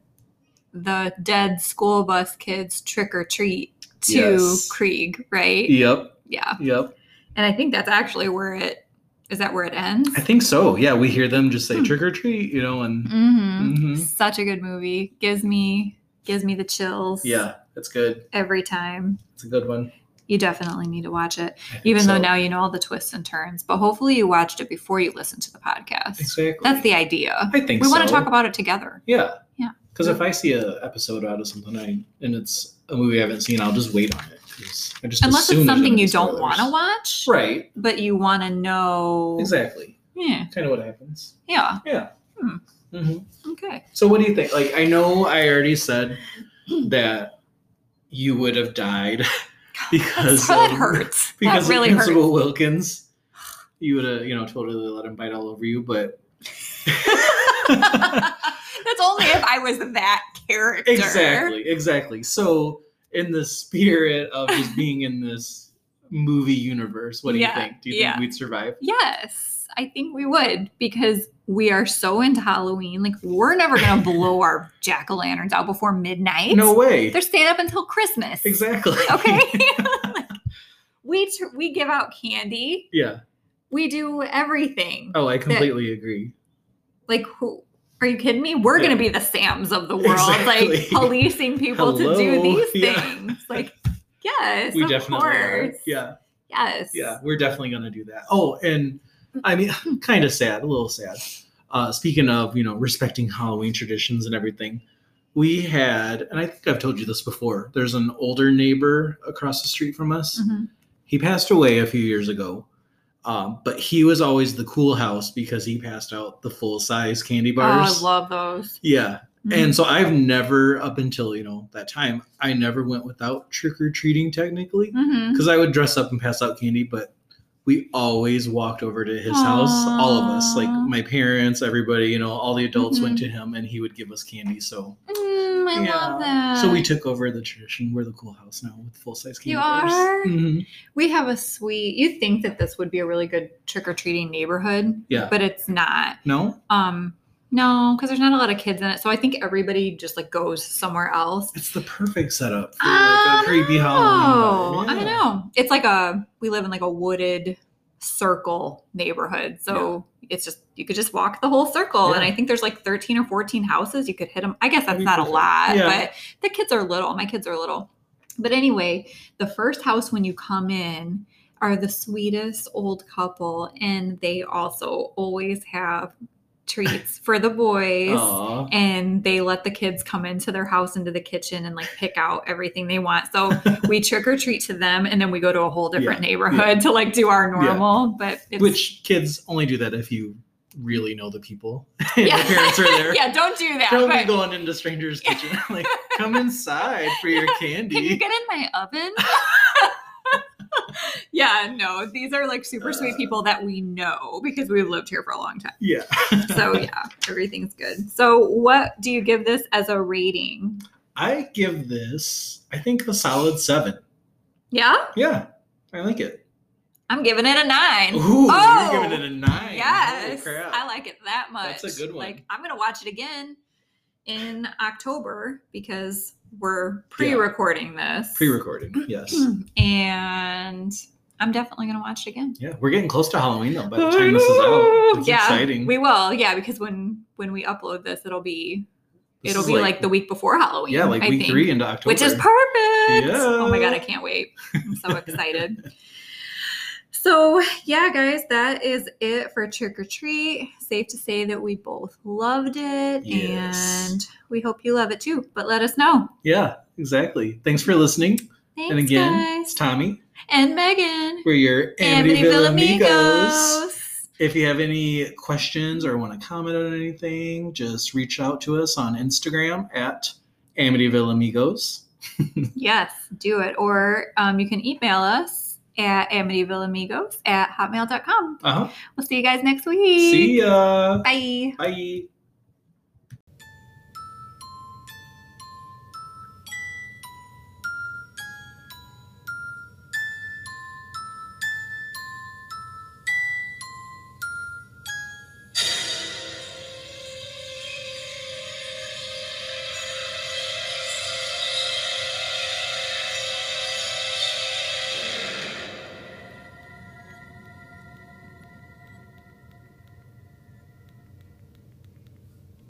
B: the dead school bus kids trick or treat to
A: Yes.
B: Krieg, right?
A: yep,
B: Yeah.
A: yep.
B: And I think that's actually where it is that where it ends.
A: I think so. Yeah, we hear them just say
B: Hmm.
A: trick or treat, you know, and
B: hmm
A: Mhm.
B: Such a good movie. Gives me gives me the chills
A: yeah, it's good.
B: every time.
A: It's a good one.
B: You definitely need to watch it.
A: I think
B: Even though
A: so.
B: now you know all the twists and turns, but hopefully you watched it before you listened to the podcast.
A: exactly
B: That's the idea.
A: I think
B: We want to
A: so.
B: talk about it together.
A: yeah
B: Yeah.
A: Because if I see a episode out of something I, and it's a movie I haven't seen, I'll just wait on it. 'cause I just
B: Unless
A: assume there's
B: it's
A: gonna
B: something
A: be
B: you don't
A: spoilers.
B: want to watch.
A: Right.
B: but you want to know.
A: Exactly.
B: Yeah.
A: Kind of what happens.
B: Yeah.
A: Yeah.
B: Hmm.
A: hmm
B: Okay.
A: So what do you think? Like I know I already said that you would have died because
B: that
A: of-
B: hurts.
A: [LAUGHS] because
B: that really
A: of
B: hurts.
A: Principal Wilkins. You would have, you know, totally let him bite all over you,
B: [LAUGHS]
A: but [LAUGHS]
B: That's only if I was that character.
A: exactly, exactly. So, in the spirit of just being in this movie universe, what do
B: Yeah,
A: you think? Do you
B: yeah.
A: think we'd survive?
B: Yes, I think we would because we are so into Halloween. Like we're never
A: [LAUGHS]
B: gonna blow our jack o' lanterns out before midnight.
A: No way.
B: they're staying up until Christmas.
A: Exactly.
B: [LAUGHS]
A: [LAUGHS]
B: Okay. Like, we tr- we give out candy.
A: yeah.
B: We do everything.
A: Oh, I completely agree.
B: like who are you kidding me we're
A: Yeah.
B: gonna be the sams of the world
A: Exactly.
B: like [LAUGHS] policing people to do
A: Hello,
B: these
A: yeah.
B: things like yes
A: we
B: of
A: definitely
B: course.
A: are. Yeah.
B: yes
A: Yeah. We're definitely going to do that. Oh, and
B: Mm.
A: I mean, [LAUGHS] kind of sad, a little sad. Uh, speaking of, you know, respecting Halloween traditions and everything, we had, and I think I've told you this before, there's an older neighbor across the street from us.
B: Mhm.
A: He passed away a few years ago, um, but he was always the cool house because he passed out the full size candy
B: oh
A: bars.
B: i love those
A: yeah.
B: Mhm.
A: And so I've never, up until, you know, that time, I never went without trick or treating technically
B: Mhm.
A: because I would dress up and pass out candy, but we always walked over to his house, all of us, like
B: Aw. Mm-hmm.
A: my parents, everybody, you know, all the adults went to him and he would give us candy. So,
B: Mm, i love that
A: so we took over the tradition. We're the cool house now with full size candy
B: Uh. You
A: bars.
B: are?
A: Mhm.
B: we have a sweet you think that this would be a really good trick-or-treating neighborhood
A: Yeah.
B: but it's not
A: No,
B: um no because there's not a lot of kids in it so i think everybody just like goes somewhere else
A: it's the perfect setup for
B: I
A: like a creepy
B: know.
A: Halloween. vibe.
B: Ah, Oh, I
A: Yeah.
B: know. It's like a we live in like a wooded circle neighborhood. So it's just you could just walk the whole circle and
A: Yeah.
B: I think there's like 13 or 14 houses you could hit them. I guess
A: That'd
B: that's
A: be
B: not a
A: perfect.
B: lot,
A: Yeah.
B: but the kids are little. My kids are little. But anyway, the first house when you come in are the sweetest old couple and they also always have treats for the boys
A: Aw.
B: and they let the kids come into their house into the kitchen and like pick out everything they want
A: [LAUGHS]
B: so we trick or treat to them and then we go to a whole different neighborhood to like do our normal but it's,
A: Which kids only do that if you really know the people. [LAUGHS]
B: Yeah.
A: Your parents are there.
B: [LAUGHS] [LAUGHS] yeah don't do that
A: Don't be
B: but
A: going into strangers' kitchen. like, come inside for your candy.
B: [LAUGHS] can you get in my
A: [LAUGHS]
B: oven yeah no these are like super sweet
A: Uh.
B: people that we know because we've lived here for a long time
A: Yeah. [LAUGHS]
B: so yeah everything's good so what do you give this as a rating
A: I give this, I think, a solid seven.
B: yeah
A: Yeah. I like it.
B: i'm giving it a nine
A: Ooh,
B: Oh!
A: you're giving it a nine.
B: Yes,
A: Holy crap.
B: I like it that much.
A: That's a good one.
B: Like I'm gonna watch it again in October because we're pre-recording this.
A: Pre-recorded. Yes.
B: and I'm definitely gonna watch it again.
A: yeah, we're getting close to Halloween though. By the
B: I
A: time this is
B: know!
A: out, it's
B: yeah,
A: exciting.
B: we will. Yeah, because when when we upload this, it'll be
A: This
B: it'll
A: is
B: be like, the week before Halloween.
A: yeah, like
B: I
A: week
B: think,
A: three into October,
B: which is perfect.
A: Yeah.
B: Oh my god, I can't wait! I'm so excited. So, yeah, guys, that is it for Trick or Treat. Safe to say that we both loved it
A: Yes.
B: and we hope you love it too. But let us know.
A: Yeah, exactly. Thanks for listening.
B: Thanks,
A: and again, it's
B: guys.
A: Tommy.
B: And Megan.
A: We're your
B: Amity
A: Amityville amigos. [LAUGHS]
B: Villamigos.
A: If you have any questions or want to comment on anything, just reach out to us on Instagram at Amityville Amigos.
B: Yes, do it. Or um, you can email us at amityvilleamigos at hotmail.com.
A: Uh huh.
B: We'll see you guys next week.
A: See ya.
B: Bye.
A: Bye.